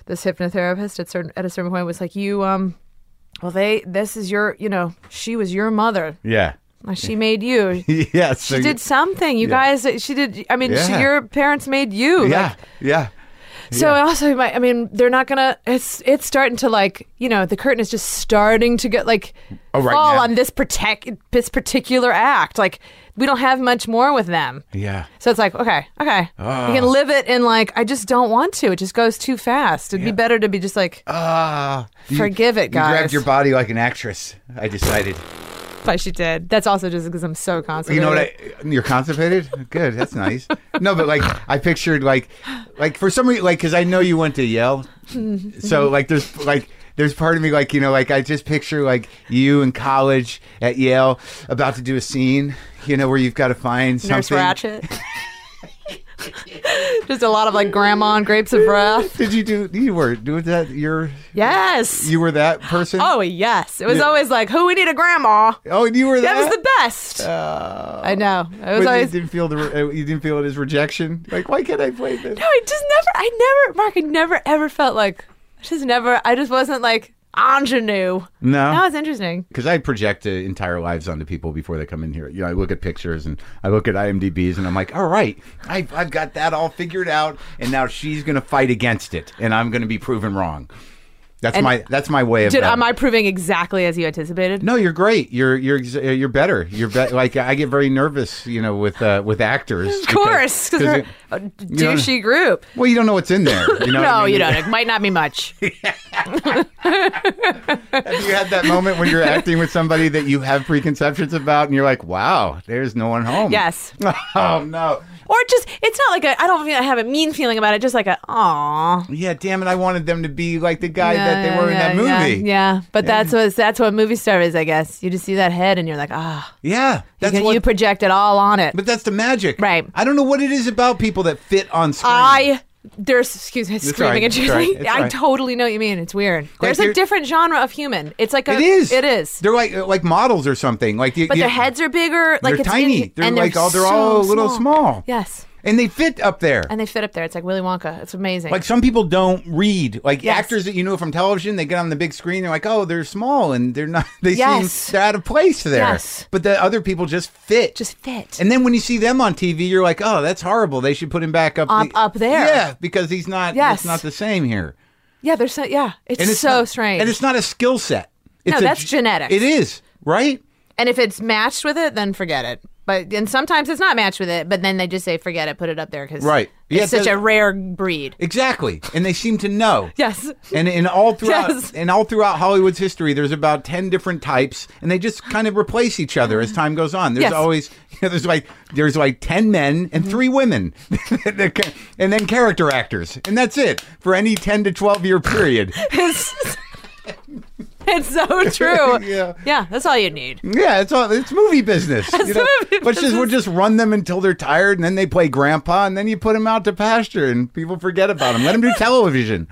B: this hypnotherapist at certain at a certain point was like, you um, well they this is your you know she was your mother,
A: Yeah.
B: Like, she made you.
A: yeah. So
B: She did something. You guys, she did. I mean,
A: Yeah.
B: she, your parents made you.
A: Yeah.
B: Like,
A: yeah.
B: So also, you might- I mean, they're not gonna. It's it's starting to like you know the curtain is just starting to get like
A: Oh, right
B: fall
A: now.
B: on this protect this particular act. Like we don't have much more with them.
A: Yeah. Ah.
B: So it's like okay, okay, you can live it in like I just don't want to. It just goes too fast. It'd be better to be just like
A: Ah. You-
B: forgive it,
A: You
B: guys.
A: grabbed your body like an actress. I decided.
B: but she did. That's also just because I'm so
A: You
B: constipated.
A: know what? I, you're constipated. Good. That's nice. No, but like I pictured like, like for some reason, like because I know you went to Yale, so like there's like there's part of me like you know like I just picture like you in college at Yale about to do a scene, you know where you've got to find
B: Nurse
A: something.
B: Ratchet. just a lot of like grandma and grapes of wrath.
A: Did you do? You were doing that. You're
B: Yes.
A: you were that person.
B: Oh yes, it was
A: Yeah.
B: always like, "Who we need a grandma."
A: oh, and you were that. Uh,
B: That was the best. I know. It was
A: But
B: always.
A: you didn't feel the re- uh, you didn't feel it as rejection. Like why can't I play this?
B: No, I just never. I never, Mark. I never ever felt like. I just never. I just wasn't like ingenue.
A: No.
B: That was interesting.
A: because I project uh, entire lives onto people before they come in here. You know, I look at pictures and I look at IMDb's and I'm like, all right, I, I've got that all figured out, and now she's going to fight against it, and I'm going to be proven wrong. That's my that's my way of.
B: Did
A: uh,
B: am I proving exactly as you anticipated?
A: no, you're great. You're you're ex- uh, you're better. You're be- like I get very nervous, you know, with uh, with actors.
B: Of course, because we're a douchey group.
A: well, you don't know what's in there. You know what
B: no,
A: I mean?
B: you don't. It might not be much.
A: Have you had that moment when you're acting with somebody that you have preconceptions about, and you're like, wow, there's no one home.
B: Yes.
A: Oh no.
B: Or just, it's not like a, I don't feel, I have a mean feeling about it. Just like a, aw.
A: Yeah, damn it! I wanted them to be like the guy that they were in that
B: yeah,
A: movie. Yeah,
B: Yeah, but that's what that's what movie star is, I guess. You just see that head and you're like, ah,
A: that's
B: you,
A: what.
B: you project it all on it.
A: but that's the magic,
B: Right.
A: I don't know what it is about people that fit on screen.
B: I there's excuse me
A: right,
B: screaming and
A: it's all right,
B: choosing.
A: it's all
B: I
A: right.
B: totally know what you mean. It's weird. There's
A: they're-
B: a different genre of human. It's like a,
A: it is.
B: It is.
A: They're like uh, like models or something. Like, you,
B: but
A: you-
B: their heads are bigger. Like
A: They're
B: it's
A: tiny.
B: In,
A: They're
B: and
A: like all- they're
B: so
A: all a little small.
B: Yes,
A: and they fit up there.
B: and they fit up there. It's like Willy Wonka. It's amazing.
A: like some people don't read. Like
B: Yes.
A: actors that you know from television, they get on the big screen. They're like, oh, they're small and they're not. They
B: Yes.
A: seem they're out of place there.
B: Yes.
A: But the other people just fit.
B: just fit.
A: And then when you see them on TV, you're like, oh, that's horrible. They should put him back up
B: Up- up there.
A: Yeah, because he's not.
B: Yes.
A: it's not the same here.
B: yeah, there's so yeah. It's, so
A: not-
B: strange.
A: And it's not a skill set. It's
B: No,
A: a
B: that's
A: g-
B: genetics.
A: It is right.
B: And if it's matched with it, then forget it. But and sometimes it's not matched with it, but then they just say forget it, put it up there because
A: Right.
B: it's
A: Yeah, it
B: such
A: does-
B: a rare breed.
A: Exactly. And they seem to know.
B: Yes.
A: And in all throughout
B: Yes.
A: and all throughout Hollywood's history, there's about ten different types, and they just kind of replace each other as time goes on. There's
B: Yes. Mm-hmm.
A: always you know, there's like there's like ten men and three women, and then character actors, and that's it for any ten to twelve year period.
B: It's, it's so true.
A: Yeah.
B: that's all you need.
A: Yeah, it's all it's movie business. you know?
B: movie
A: but just
B: business.
A: we'll just run them until they're tired, and then they play grandpa, and then you put them out to pasture, and people forget about them. Let them do television.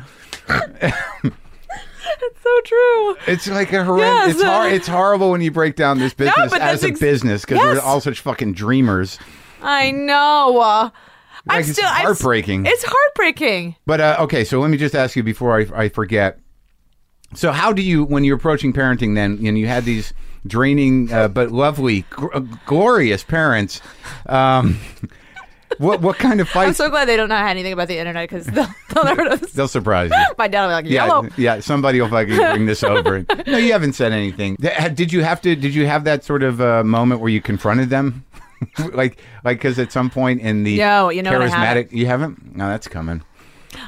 B: So true.
A: It's like a horrendous.
B: Yes.
A: It's hor- It's horrible when you break down this business
B: but
A: as
B: that's
A: a
B: ex-
A: business because we're
B: Yes.
A: all such fucking dreamers.
B: I know. Uh, I'm
A: Like, it's
B: still I'm s-
A: heartbreaking.
B: it's heartbreaking.
A: But uh, okay, so let me just ask you before I, I forget. So how do you, when you're approaching parenting, then and you had these draining uh, but lovely, gr- uh, glorious parents, um, what what kind of
B: I'm
A: fights?
B: so glad they don't know anything about the internet because they'll, they'll never know this.
A: They'll surprise you.
B: My dad will be like,
A: Yeah,
B: yellow.
A: yeah. Somebody will fucking bring this over. No, you haven't said anything. Th- ha- Did you have to? Did you have that sort of uh, moment where you confronted them, like, like because at some point in the
B: No, you know what, I
A: charismatic,
B: haven't.
A: you haven't. No, that's coming.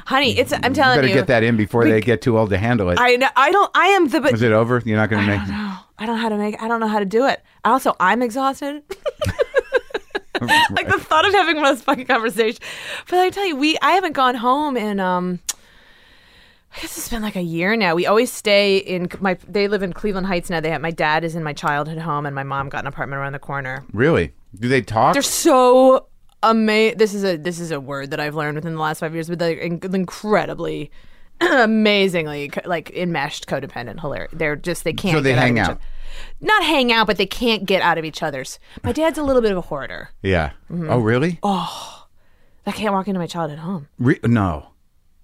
B: Honey, it's I'm
A: You
B: telling
A: better
B: you.
A: get that in before they get too old to handle it.
B: I know, I don't I am the but
A: Is it over? You're not going to make.
B: I don't know how to make I don't know how to do it. Also, I'm exhausted. like the thought of having one of those fucking conversations. But I tell you, we I haven't gone home in um I guess it's been like a year now. We always stay in my. They live in Cleveland Heights now. They have, my dad is in my childhood home, and my mom got an apartment around the corner.
A: Really? Do they talk?
B: They're so amazing. This is a this is a word that I've learned within the last five years, but they're in- incredibly, amazingly co- like enmeshed, codependent, hilarious. They're just they can't.
A: So they
B: get
A: hang
B: out.
A: out.
B: of each oth- Not hang out, but they can't get out of each other's. My dad's a little bit of a hoarder.
A: yeah.
B: Mm-hmm.
A: Oh, really? Oh.
B: I can't walk into my childhood home.
A: Re- no.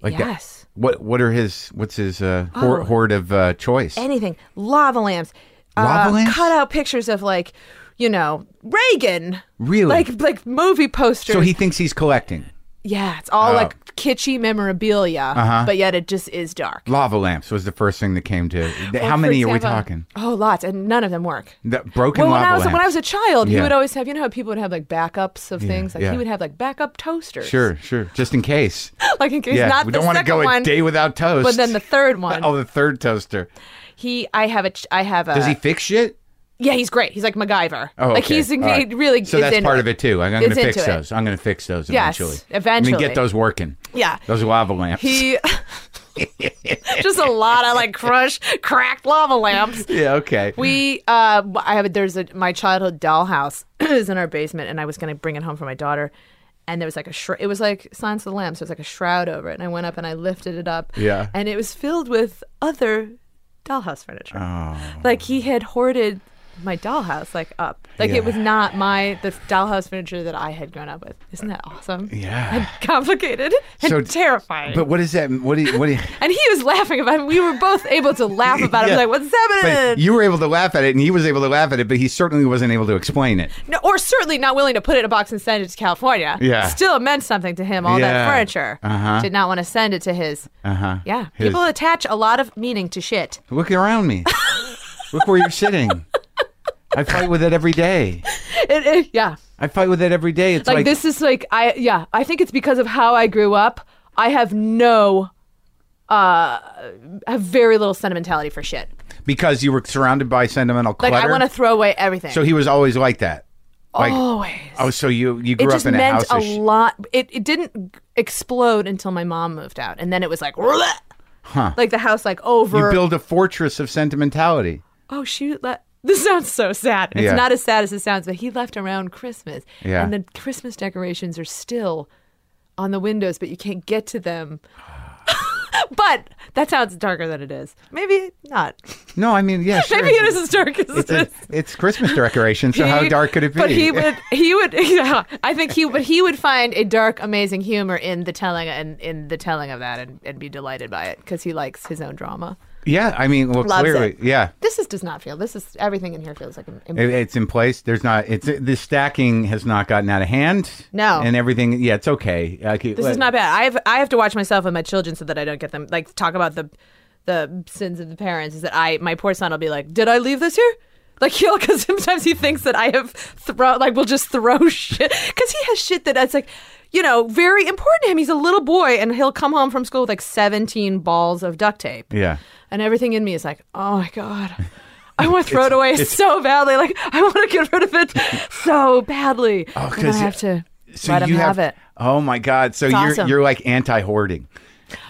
A: Like that-
B: Yes.
A: What What are his? What's his uh, hoard,
B: Oh.
A: hoard of uh, choice?
B: anything lava lamps
A: Lava
B: uh,
A: lamps?
B: cut out pictures of like you know reagan
A: Really?
B: like like movie posters
A: so he Oh. thinks he's collecting
B: yeah it's all like kitschy memorabilia
A: Uh-huh.
B: but yet it just is dark
A: lava lamps. Was the first thing that came to. How
B: Or, for
A: many are we
B: example-
A: talking?
B: oh lots and none of them work
A: The broken
B: well, when
A: lava
B: I was
A: lamps.
B: when I was a child, he
A: Yeah.
B: would always have you know how people would have like backups of things. Like
A: yeah.
B: he would have like backup toasters.
A: sure, sure. Just in case.
B: like in case
A: yeah,
B: not
A: we
B: the
A: don't want to
B: second
A: go
B: one,
A: a day without toast.
B: but then the third one.
A: oh, the third toaster.
B: He, I have a, ch- I have a.
A: Does he fix shit?
B: yeah, he's great. He's like MacGyver.
A: Oh,
B: like
A: okay.
B: he's he
A: All right.
B: really.
A: So
B: is
A: that's
B: into
A: part of it too. I'm going
B: Is
A: to fix
B: into it.
A: those. I'm going to fix those
B: Yes,
A: eventually. I'm
B: eventually.
A: going to get those working.
B: Yeah.
A: Those lava lamps.
B: He just a lot of like crushed, cracked lava lamps.
A: yeah. Okay.
B: We, uh, I have there's a my childhood dollhouse is in our basement, and I was gonna bring it home for my daughter, and there was like a shr- it was like Silence of the Lambs, so it was like a shroud over it, and I went up and I lifted it up,
A: Yeah.
B: and it was filled with other dollhouse furniture.
A: Oh.
B: Like he had hoarded my dollhouse like up, like
A: Yeah.
B: it was not my the dollhouse furniture that I had grown up with. Isn't that awesome?
A: Yeah.
B: and complicated and
A: So-
B: terrifying.
A: but what is that? What do you, what do you,
B: And he was laughing about it. We were both able to laugh about it.
A: Yeah.
B: Like, what's happening?
A: but you were able to laugh at it, and he was able to laugh at it, but he certainly wasn't able to explain it.
B: no, or certainly not willing to put it in a box and send it to California.
A: Yeah.
B: Still it meant something to him, all
A: Yeah.
B: that furniture.
A: Uh-huh.
B: Did not want to send it to his.
A: Uh huh.
B: Yeah. People attach a lot of meaning to shit.
A: Look around me. Look where you're sitting. I fight with it every day.
B: It, it- yeah.
A: I fight with it every day. It's
B: Like,
A: like,
B: this is like, I, yeah, I think it's because of how I grew up. I have no, uh, have very little sentimentality for shit.
A: because you were surrounded by sentimental
B: Like,
A: clutter.
B: I want to throw away everything.
A: so he was always like that. Like,
B: Always.
A: Oh, so you you grew
B: it
A: up
B: just
A: in a
B: meant
A: house
B: a
A: of sh-
B: lot. It, it didn't explode until my mom moved out, and then it was like, like the house like
A: you
B: over.
A: build a fortress of sentimentality.
B: oh shoot! Let, this sounds so sad. It's
A: Yeah.
B: not as sad as it sounds, but he left around Christmas,
A: Yeah.
B: and the Christmas decorations are still on the windows, but you can't get to them. but that sounds darker than it is. Maybe not.
A: No, I mean, yeah, sure.
B: Maybe it is as dark as
A: It's,
B: it is.
A: a, it's Christmas decoration, so how
B: He-
A: dark could it be? Eh,
B: But he would, he would, yeah, I think he, but he would find a dark, amazing humor in the telling and in the telling of that, and, and be delighted by it because he likes his own drama.
A: yeah, I mean, well,
B: Loves
A: clearly,
B: it.
A: yeah.
B: This is does not feel. This is everything in here feels like. Im-
A: It, it's in place. There's not. It's the stacking has not gotten out of hand.
B: No.
A: and everything. Yeah, it's okay.
B: this is not bad. I have I have to watch myself and my children so that I don't get them like talk about the the sins of the parents. Is that I my poor son will be like, did I leave this here? Like he'll because sometimes he thinks that I have throw like will just throw shit because he has shit that that's like you know very important to him. He's a little boy and he'll come home from school with like seventeen balls of duct tape.
A: Yeah.
B: and everything in me is like, oh my god. I want to throw it away so badly. Like I want to get rid of it so badly.
A: Oh,
B: And I
A: 'cause
B: have to let him have it.
A: Oh my God! So you're
B: awesome.
A: you're like anti hoarding,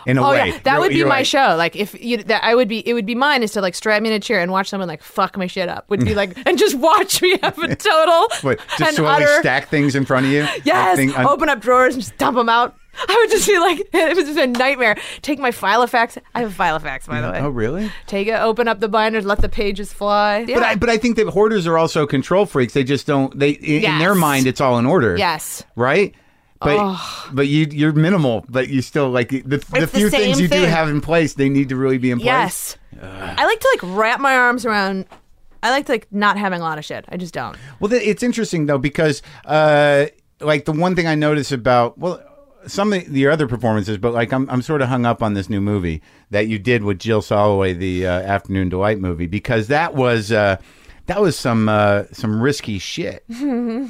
A: in a
B: Oh
A: way.
B: yeah, that
A: You're-
B: would be
A: you're
B: my
A: like-
B: show. Like if you, that I would be, it would be mine is to like strap me in a chair and watch someone like fuck my shit up. Would be like and just watch me have a total
A: What,
B: and
A: just slowly
B: utter
A: stack things in front of you.
B: yes. Oh,
A: Thing- un-
B: open up drawers and just dump them out. I would just be like, it was a nightmare. Take my Filofax. I have a Filofax by the way.
A: oh really?
B: Take it. Open up the binders. Let the pages fly. Yeah.
A: But I but I think that hoarders are also control freaks. They just don't. They in, in their
B: Yes.
A: mind, it's all in order.
B: yes.
A: Right. But but you you're minimal, but you still like the, the
B: the
A: few things
B: same
A: you do
B: thing.
A: have in place. They need to really be in place.
B: Yes. I like to like wrap my arms around. I like to like not having a lot of shit. I just don't.
A: Well, th- it's interesting though because uh, like the one thing I notice about well some of the other performances, but like I'm I'm sort of hung up on this new movie that you did with Jill Soloway, the uh, Afternoon Delight movie, because that was. Uh, that was some uh, some risky shit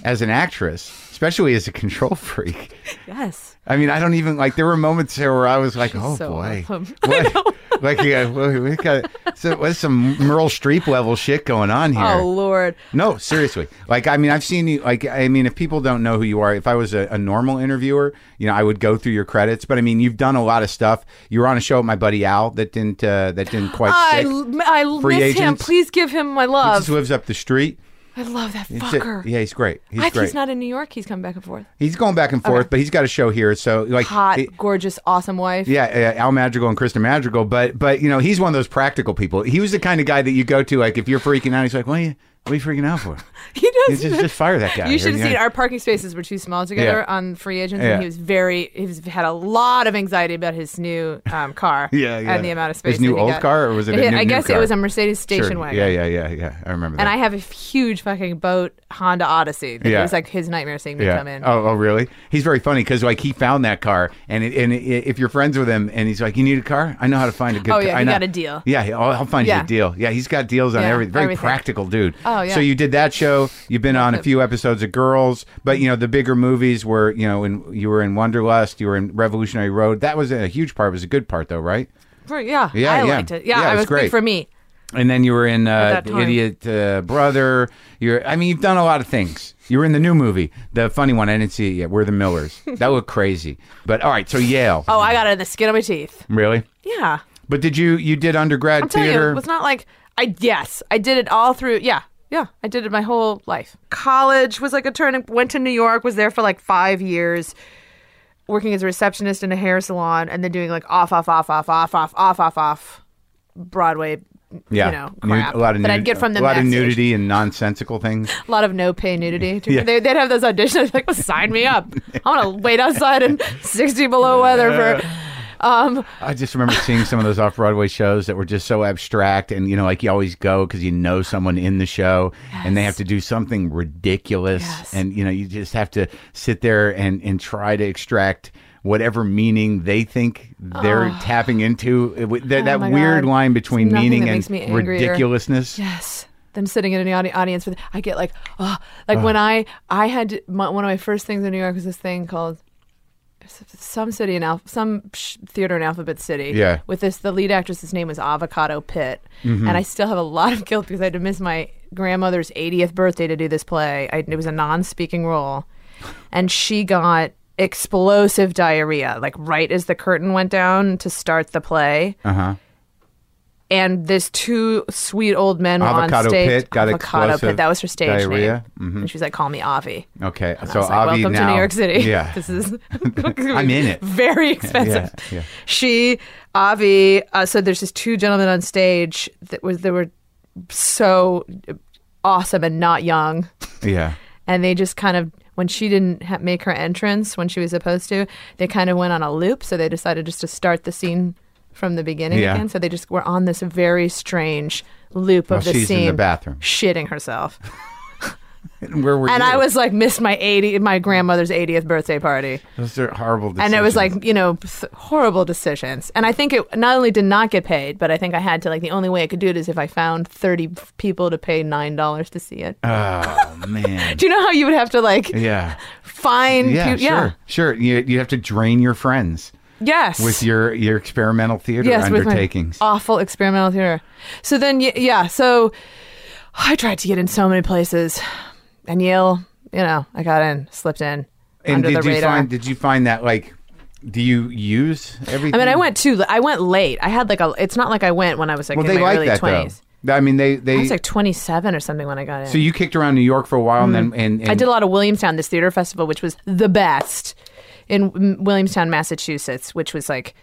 A: as an actress, especially as a control freak.
B: Yes.
A: I mean, I don't even like. There were moments here where I was like, "Oh
B: so
A: boy,
B: awesome. I
A: What- like yeah, we we got so, what's some Merle Streep level shit going on here."
B: Oh Lord.
A: No, seriously. Like, I mean, I've seen you. Like, I mean, if people don't know who you are, if I was a, a normal interviewer, you know, I would go through your credits. But I mean, you've done a lot of stuff. You were on a show with my buddy Al that didn't uh, that didn't quite
B: I,
A: stick.
B: I miss
A: Free
B: him.
A: agents.
B: Please give him my
A: He just
B: love.
A: lives up the street.
B: I love that
A: He's
B: fucker.
A: yeah, he's great. He's
B: I think
A: great.
B: he's not in New York. He's coming back and forth.
A: He's going back and forth, but he's got a show here. So like,
B: Hot,
A: it-
B: gorgeous, awesome wife.
A: yeah, uh, Al Madrigal and Kristen Madrigal. But but you know, he's one of those practical people. He was the kind of guy that you go to like if you're freaking out. He's like, what are you, what are you freaking out for?
B: He
A: You
B: does.
A: just just fire that guy.
B: You should have
A: Yeah.
B: seen our parking spaces were too small together
A: Yeah.
B: on free agents,
A: Yeah.
B: and he was very. He's had a lot of anxiety about his new um, car.
A: Yeah, yeah.
B: And the amount of space.
A: His new
B: that he
A: old
B: got.
A: car, or was it a
B: Yeah,
A: new-
B: I
A: new
B: guess
A: car?
B: it was a Mercedes
A: Sure.
B: station wagon.
A: Yeah, yeah, yeah, yeah. I remember that.
B: And I have a huge fucking boat Honda Odyssey. That
A: Yeah.
B: It was like his nightmare seeing me
A: yeah.
B: come in.
A: Oh, oh, really? He's very funny because like he found that car, and it, and it, if you're friends with him, and he's like, "You need a car? I know how to find a good."
B: Oh,
A: car.
B: yeah,
A: I
B: he
A: know.
B: got a deal.
A: Yeah, he- I'll, I'll find you
B: Yeah.
A: a deal. Yeah, he's got deals on
B: Yeah,
A: everything. Very
B: everything.
A: practical dude.
B: Oh, yeah.
A: So you did that show. You've been on a
B: the-
A: few episodes of Girls, but you know the bigger movies were you know in you were in Wonderlust, you were in Revolutionary Road. That was a huge part. It was a good part though, right?
B: For- yeah.
A: Yeah,
B: I
A: yeah.
B: liked it. Yeah,
A: Yeah,
B: I
A: it was
B: was
A: great.
B: big for me.
A: And then you were in uh,
B: that
A: The
B: time.
A: Idiot uh, Brother. You're, I mean, you've done a lot of things. You were in the new movie, the funny one. I didn't see it yet. We're the Millers. that looked crazy. But all right, so Yale,
B: Oh, I got it in the skin of my teeth.
A: really?
B: Yeah.
A: But did you you did undergrad
B: I'm telling you,
A: theater?
B: it was not like I. Yes, I did it all through. Yeah, yeah, I did it my whole life. College was like a turning. Went to New York, was there for like five years, working as a receptionist in a hair salon, and then doing like off, off, off, off, off, off, off, off, off Broadway.
A: yeah,
B: you know,
A: Nude-
B: crap
A: a lot of
B: that I'd
A: nude-
B: get from the
A: a lot of
B: message.
A: nudity and nonsensical things.
B: A lot of no pay nudity.
A: Yeah.
B: They, they'd have those auditions like, sign me up. I'm gonna wait outside in 60 below weather for. Um,
A: I just remember seeing some of those off Broadway shows that were just so abstract, and you know, like you always go because you know someone in the show, and they have to do something ridiculous,
B: Yes.
A: and you know, you just have to sit there and and try to extract whatever meaning they think they're tapping into. It w- that
B: Ah. Oh
A: that
B: my
A: weird
B: God.
A: line between
B: Nothing
A: meaning
B: that
A: and
B: makes me angrier.
A: ridiculousness.
B: Yes. Them sitting in an audi- audience with, I get like, oh, like when I, I had to- my, one of my first things in New York was this thing called s- some city in Alph- some sh- theater in Alphabet City.
A: Yeah.
B: With this, the lead actress's name was Avocado Pitt, and I still have a lot of guilt because I had to miss my grandmother's 80th birthday to do this play. I, it was a non-speaking role, and she got explosive diarrhea like right as the curtain went down to start the play
A: Uh huh.
B: and this two sweet old men were
A: Avocado
B: on stage.
A: Pit got
B: avocado
A: explosive
B: pit. That was her stage
A: diarrhea.
B: name. And she was like, "Call me Avi."
A: Okay.
B: And
A: so
B: I was like,
A: Avi
B: welcome
A: now,
B: to New York City.
A: Yeah.
B: this is.
A: I'm in it.
B: Very expensive.
A: Yeah, yeah.
B: She, Avi. Uh, so there's just two gentlemen on stage that was they were so awesome and not young,
A: yeah.
B: and they just kind of. When she didn't ha- make her entrance when she was supposed to, they kind of went on a loop. So they decided just to start the scene from the beginning
A: Yeah.
B: again. So they just were on this very strange loop
A: Well,
B: of the
A: she's in
B: scene
A: the bathroom.
B: shitting herself.
A: Where were
B: And
A: you?
B: I was like, missed my 80, my grandmother's 80th birthday party.
A: Those are horrible.
B: And it was
A: decisions.
B: like, you know, th- horrible decisions. And I think it not only did not get paid, but I think I had to, like, the only way I could do it is if I found 30 people to pay $9 to see it.
A: Oh man.
B: do you know how you would have to, like,
A: Yeah.
B: find
A: Yeah,
B: peop-
A: sure, sure. You you have to drain your friends
B: Yes.
A: with your your experimental theater
B: yes, with my
A: undertakings.
B: awful experimental theater. So then, y- yeah, so I tried to get in so many places, and Yale, you know, I got in, slipped in
A: and
B: under
A: did
B: the
A: you
B: radar.
A: find did you find that like do you use everything?
B: I mean, I went too. I went late. I had like a. It's not like I went when I was like
A: Well,
B: in
A: they
B: my
A: like
B: early
A: that
B: twenties.
A: though. I mean, they they.
B: I was like twenty seven or something when I got in.
A: so you kicked around New York for a while, and then and, and
B: Mm. I did a lot of Williamstown, this theater festival, which was the best in M- Williamstown, Massachusetts, which was like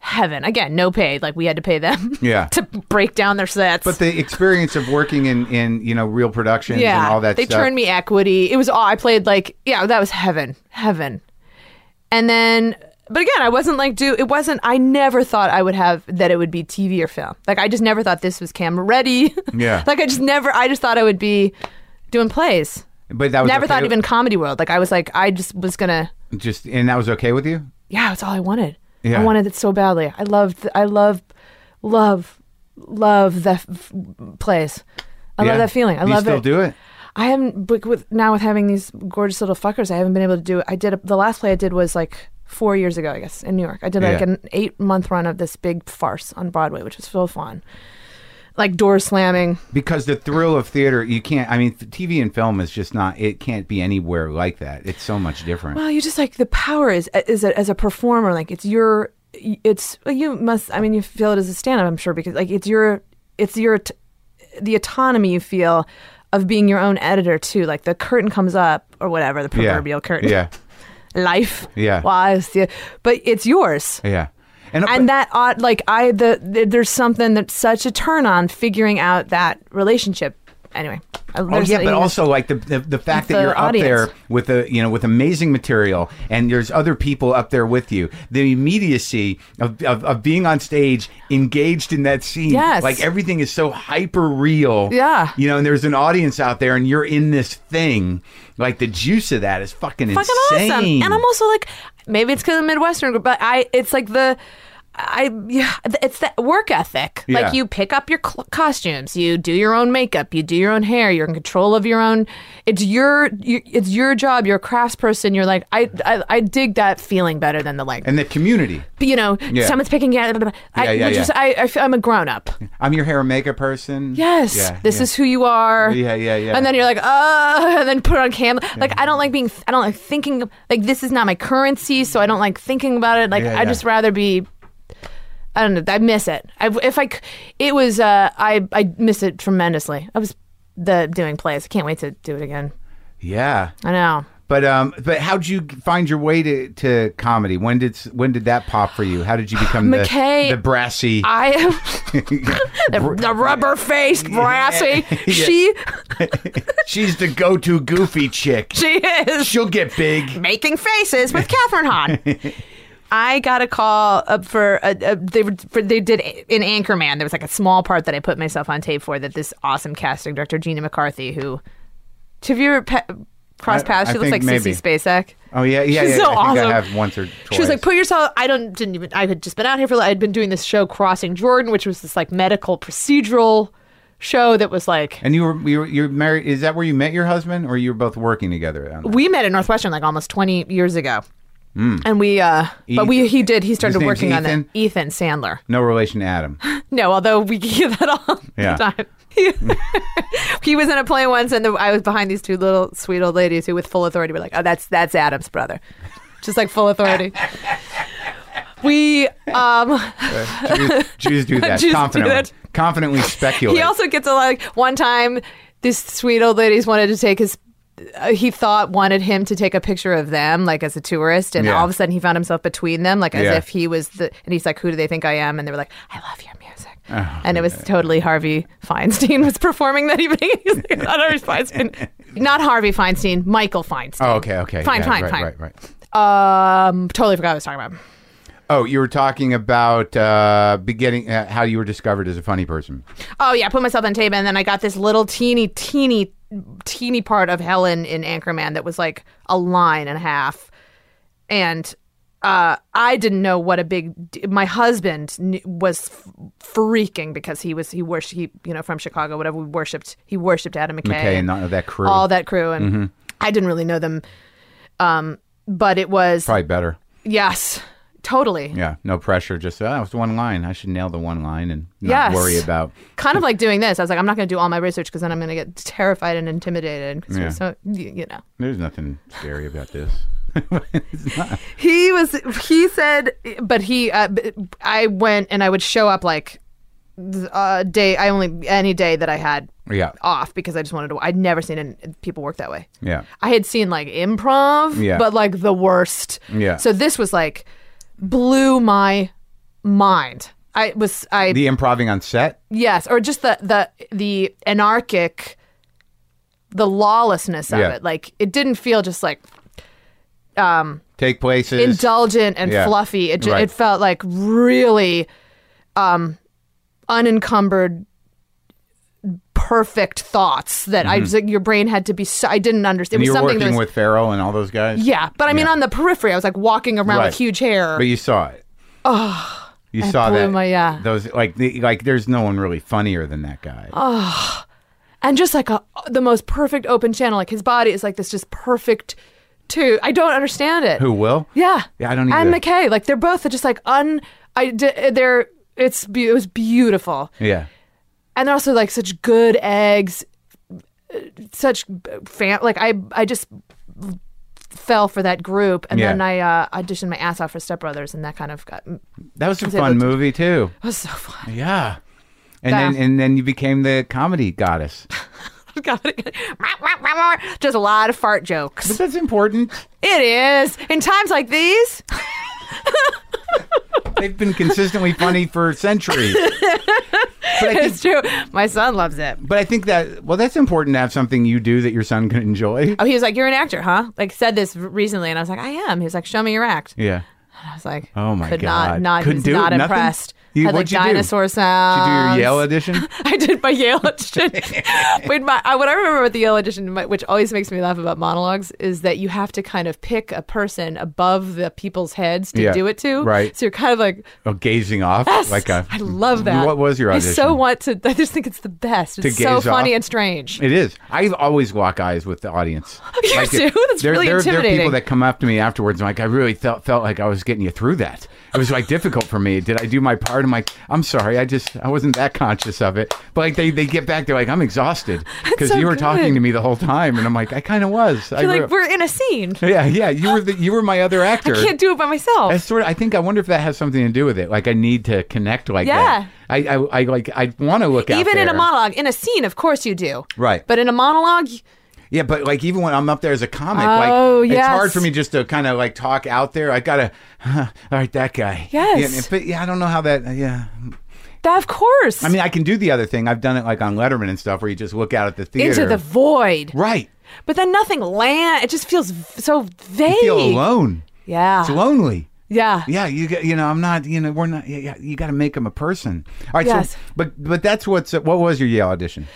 B: heaven. Again, no pay. Like we had to pay them.
A: Yeah.
B: to break down their sets.
A: But the experience of working in in you know real productions
B: yeah,
A: and all that
B: they
A: stuff.
B: turned me equity. It was all I played. Like yeah, that was heaven, heaven. And then, but again, I wasn't like do. It wasn't. I never thought I would have that. It would be TV or film. Like I just never thought this was camera ready.
A: Yeah.
B: like I just never. I just thought I would be doing plays.
A: but that was
B: never
A: okay
B: thought
A: with-
B: even comedy world. Like I was like I just was gonna.
A: just and that was okay with you.
B: Yeah, that's all I wanted.
A: Yeah.
B: I wanted it so badly. I loved. I love, love, love the f- plays. I
A: Yeah.
B: love that feeling. I
A: you
B: love
A: still
B: it.
A: do it.
B: I haven't but with now with having these gorgeous little fuckers. I haven't been able to do. I did a, the last play I did was like four years ago, I guess, in New York. I did like
A: Yeah.
B: an eight month run of this big farce on Broadway, which was so fun. Like door slamming.
A: because the thrill of theater you can't i mean tv and film is just not it can't be anywhere like that it's so much different
B: Well, you just like the power is is a, as a performer. Like it's your, it's you must. I mean, you feel it as a stand-up, I'm sure, because like it's your, it's your, t- the autonomy you feel of being your own editor too. Like the curtain comes up or whatever the
A: yeah
B: proverbial curtain.
A: yeah
B: Life.
A: Yeah.
B: Wise. Yeah. But it's yours.
A: yeah
B: And that odd, like I the, the there's something that's such a turn on figuring out that relationship. Anyway. I-
A: Oh
B: there's
A: yeah,
B: something-
A: but also like the the, the fact
B: The
A: that you're
B: audience.
A: up there with a you know with amazing material, and there's other people up there with you. The immediacy of of, of being on stage, engaged in that scene.
B: Yes.
A: like everything is so hyper real.
B: Yeah.
A: you know, and there's an audience out there, and you're in this thing. Like the juice of that is fucking,
B: fucking
A: insane.
B: awesome. And I'm also like, maybe it's because I'm Midwestern, group, but I, it's like the, I, yeah, it's that work ethic.
A: Yeah.
B: Like you pick up your cl- costumes, you do your own makeup, you do your own hair, you're in control of your own. It's your, you, it's your job. You're a craftsperson. You're like, I, I, I dig that feeling better than the like,
A: and the community.
B: you know,
A: Yeah.
B: someone's picking you out. blah, blah, blah. I,
A: Yeah, yeah,
B: which
A: yeah.
B: is- I, I feel I'm a grown up.
A: I'm your hair and makeup person.
B: Yes,
A: Yeah,
B: this
A: yeah.
B: is who you are.
A: Yeah, yeah, yeah.
B: And then you're like, uh, and then put it on cam. Like I don't like being, I don't like thinking. Like this is not my currency, so I don't like thinking about it. Like
A: Yeah,
B: I
A: yeah.
B: just rather be. I don't know. I miss it. I, if I, c- it was. Uh, I I miss it tremendously. I was the doing plays. I can't wait to do it again.
A: yeah.
B: I know.
A: But um, but how'd you find your way to, to comedy? When did when did that pop for you? How did you become the,
B: McKay,
A: the brassy?
B: I the, the rubber faced brassy. She
A: She's the go-to goofy chick.
B: she is.
A: She'll get big.
B: making faces with Catherine Hahn. I got a call up for a, a, they were for, they did in Anchorman. There was like a small part that I put myself on tape for that this awesome casting director Gina McCarthy who have you ever pe- crossed
A: I-
B: paths?
A: I
B: She looks like
A: think maybe.
B: Sissy Spacek.
A: Oh yeah, yeah,
B: She's
A: yeah.
B: so
A: I think
B: awesome.
A: I have once or twice.
B: She was like, "Put yourself." I don't didn't even. I had just been out here for. I'd been doing this show, Crossing Jordan, which was this like medical procedural show that was like
A: and you were you were, you're married. Is that where you met your husband, or you were both working together? On that?
B: we met at Northwestern like almost 20 years ago. And we, uh, but we, he did, he started
A: Hmm. His name's
B: working on that.
A: Ethan?
B: Ethan Sandler.
A: No relation to Adam.
B: No, although we get that all
A: Yeah.
B: the time. He, he was in a play once, and the, I was behind these two little sweet old ladies who, with full authority, were like, "Oh, that's that's Adam's brother," just like full authority. we, um,
A: Jews, Jews do that
B: Jews do
A: confidently.
B: that.
A: Confidently speculate.
B: he also gets a lot. Like, one time, these sweet old ladies wanted to take his. Uh, he thought wanted him to take a picture of them, like as a tourist, and
A: Yeah.
B: all of a sudden he found himself between them, like as
A: Yeah.
B: if he was the. And he's like, "Who do they think I am?" And they were like, "I love your music."
A: Oh,
B: and it was totally Harvey Feinstein was performing that evening. he's like, "Not Harvey Feinstein, not Harvey Feinstein, Michael Feinstein."
A: oh, okay, okay.
B: Fine,
A: yeah,
B: fine,
A: right,
B: fine.
A: Right, right.
B: Um, totally forgot what I was talking about.
A: Oh, you were talking about uh, beginning uh, how you were discovered as a funny person.
B: Oh yeah, I put myself on tape, and then I got this little teeny, teeny, teeny part of Helen in Anchorman that was like a line and a half, and uh, I didn't know what a big. d- My husband kn- was f- freaking because he was he worshipped he you know from Chicago whatever we worshipped he worshipped Adam McKay,
A: Okay, and
B: and
A: not Mm-hmm. that crew.
B: all that crew, and I didn't really know them, um, but it was
A: Probably better.
B: yes, totally.
A: Yeah, no pressure. Just oh, it's one line. I should nail the one line and not
B: Yes.
A: worry about.
B: kind of like doing this. I was like, I'm not going to do all my research because then I'm going to get terrified and intimidated. 'cause
A: Yeah.
B: we're So you, you know,
A: There's nothing scary about this.
B: he was. He said, but he. Uh, b- I went and I would show up like uh, day. I only any day that I had
A: Yeah,
B: off because I just wanted to. I'd never seen an, people work that way.
A: yeah.
B: I had seen like improv,
A: Yeah.
B: but like the worst.
A: Yeah.
B: So this was like blew my mind. I was I
A: The improving on set.
B: Yes, or just the the the anarchic, the lawlessness of
A: Yeah.
B: it. Like it didn't feel just like
A: Take places.
B: indulgent and
A: Yeah.
B: fluffy. It ju-
A: Right.
B: it felt like really, um, unencumbered, perfect thoughts that I just, like, your brain had to be. So, I didn't
A: Mm-hmm. and
B: understand. it
A: you
B: was
A: were
B: something that
A: working
B: was,
A: with Farrell and all those guys.
B: yeah, but I mean on the periphery, I was like walking around
A: Right.
B: with huge hair.
A: But you saw it. Oh. You saw
B: blew
A: that.
B: my- yeah.
A: Those like the, like there's no one really funnier than that guy.
B: and just like a, the most perfect open channel. Like his body is like this just perfect too. I don't understand it.
A: Who will?
B: Yeah.
A: Yeah, I don't
B: And
A: either.
B: McKay, like they're both just like un. I d- they're it's be- it was beautiful,
A: Yeah.
B: and they're also like such good eggs, uh, such fan. Like I I just fell for that group, and
A: Yeah.
B: then I uh, auditioned my ass off for Step Brothers, and that kind of got it
A: That was a
B: Is it
A: fun
B: what-
A: movie too.
B: was so fun.
A: Yeah. And
B: Yeah.
A: then and then you became the comedy goddess.
B: just a lot of fart jokes.
A: But that's important.
B: It is in times like these.
A: They've been consistently funny for centuries. But I, think,
B: It's true. My son loves it.
A: but I think that well, that's important to have something you do that your son can enjoy.
B: Oh, he was like, "You're an actor, huh?" Like said this r- recently, and I was like, "I am." He was like, "Show me your act."
A: Yeah.
B: I was like,
A: Oh my
B: could
A: God.
B: not, not,
A: Couldn't
B: he
A: do it?
B: was not
A: Nothing?
B: impressed."
A: You-
B: Had like
A: what'd you do?
B: dinosaur
A: Did you do
B: sounds.
A: your Yale edition?
B: I did my Yale audition. Wait, my, I, what I remember with the Yale audition, my, which always makes me laugh about monologues, is that you have to kind of pick a person above the people's heads to
A: Yeah,
B: do it to.
A: right.
B: So you're kind of like,
A: Oh, gazing off
B: yes,
A: like a.
B: I love that.
A: What was your audition?
B: I so want to. I just think it's the best. It's so
A: gaze off?
B: funny and strange.
A: It is. I always lock eyes with the audience.
B: You do? That's
A: there,
B: really
A: there, There are
B: intimidating.
A: people that come up to me afterwards and like, I really felt felt like I was getting you through that. It was like difficult for me. Did I do my part? I'm like, I'm sorry. I just I wasn't that conscious of it. But like they, they get back, they're like, I'm exhausted because
B: so
A: you were talking
B: good.
A: to me the whole time, and I'm like, I kind of was. I
B: You're
A: re-
B: like, we're in a scene.
A: yeah, yeah. You were the, you were my other actor.
B: I can't do it by myself.
A: I sort of. I think. I wonder if that has something to do with it. Like, I need to connect like
B: Yeah.
A: that. I, I, I like. I want to look out
B: Even in a
A: there.
B: monologue, in a scene, of course you do.
A: Right.
B: But in a monologue, y-
A: Yeah, but like even when I'm up there as a comic,
B: Oh,
A: like it's
B: yes.
A: hard for me just to kind of like talk out there. I gotta, all right, that guy.
B: Yes.
A: Yeah, but yeah, I don't know how that. uh, Yeah,
B: that of course.
A: I mean, I can do the other thing. I've done it like on Letterman and stuff, where you just look out at the theater.
B: into the void.
A: right.
B: But then nothing land. It just feels v- so vague.
A: You feel alone.
B: Yeah.
A: It's lonely.
B: Yeah.
A: Yeah, you get. You know, I'm not. You know, we're not. Yeah, yeah you got to make him a person. All right.
B: Yes.
A: So, but but that's what's what was your Yale audition?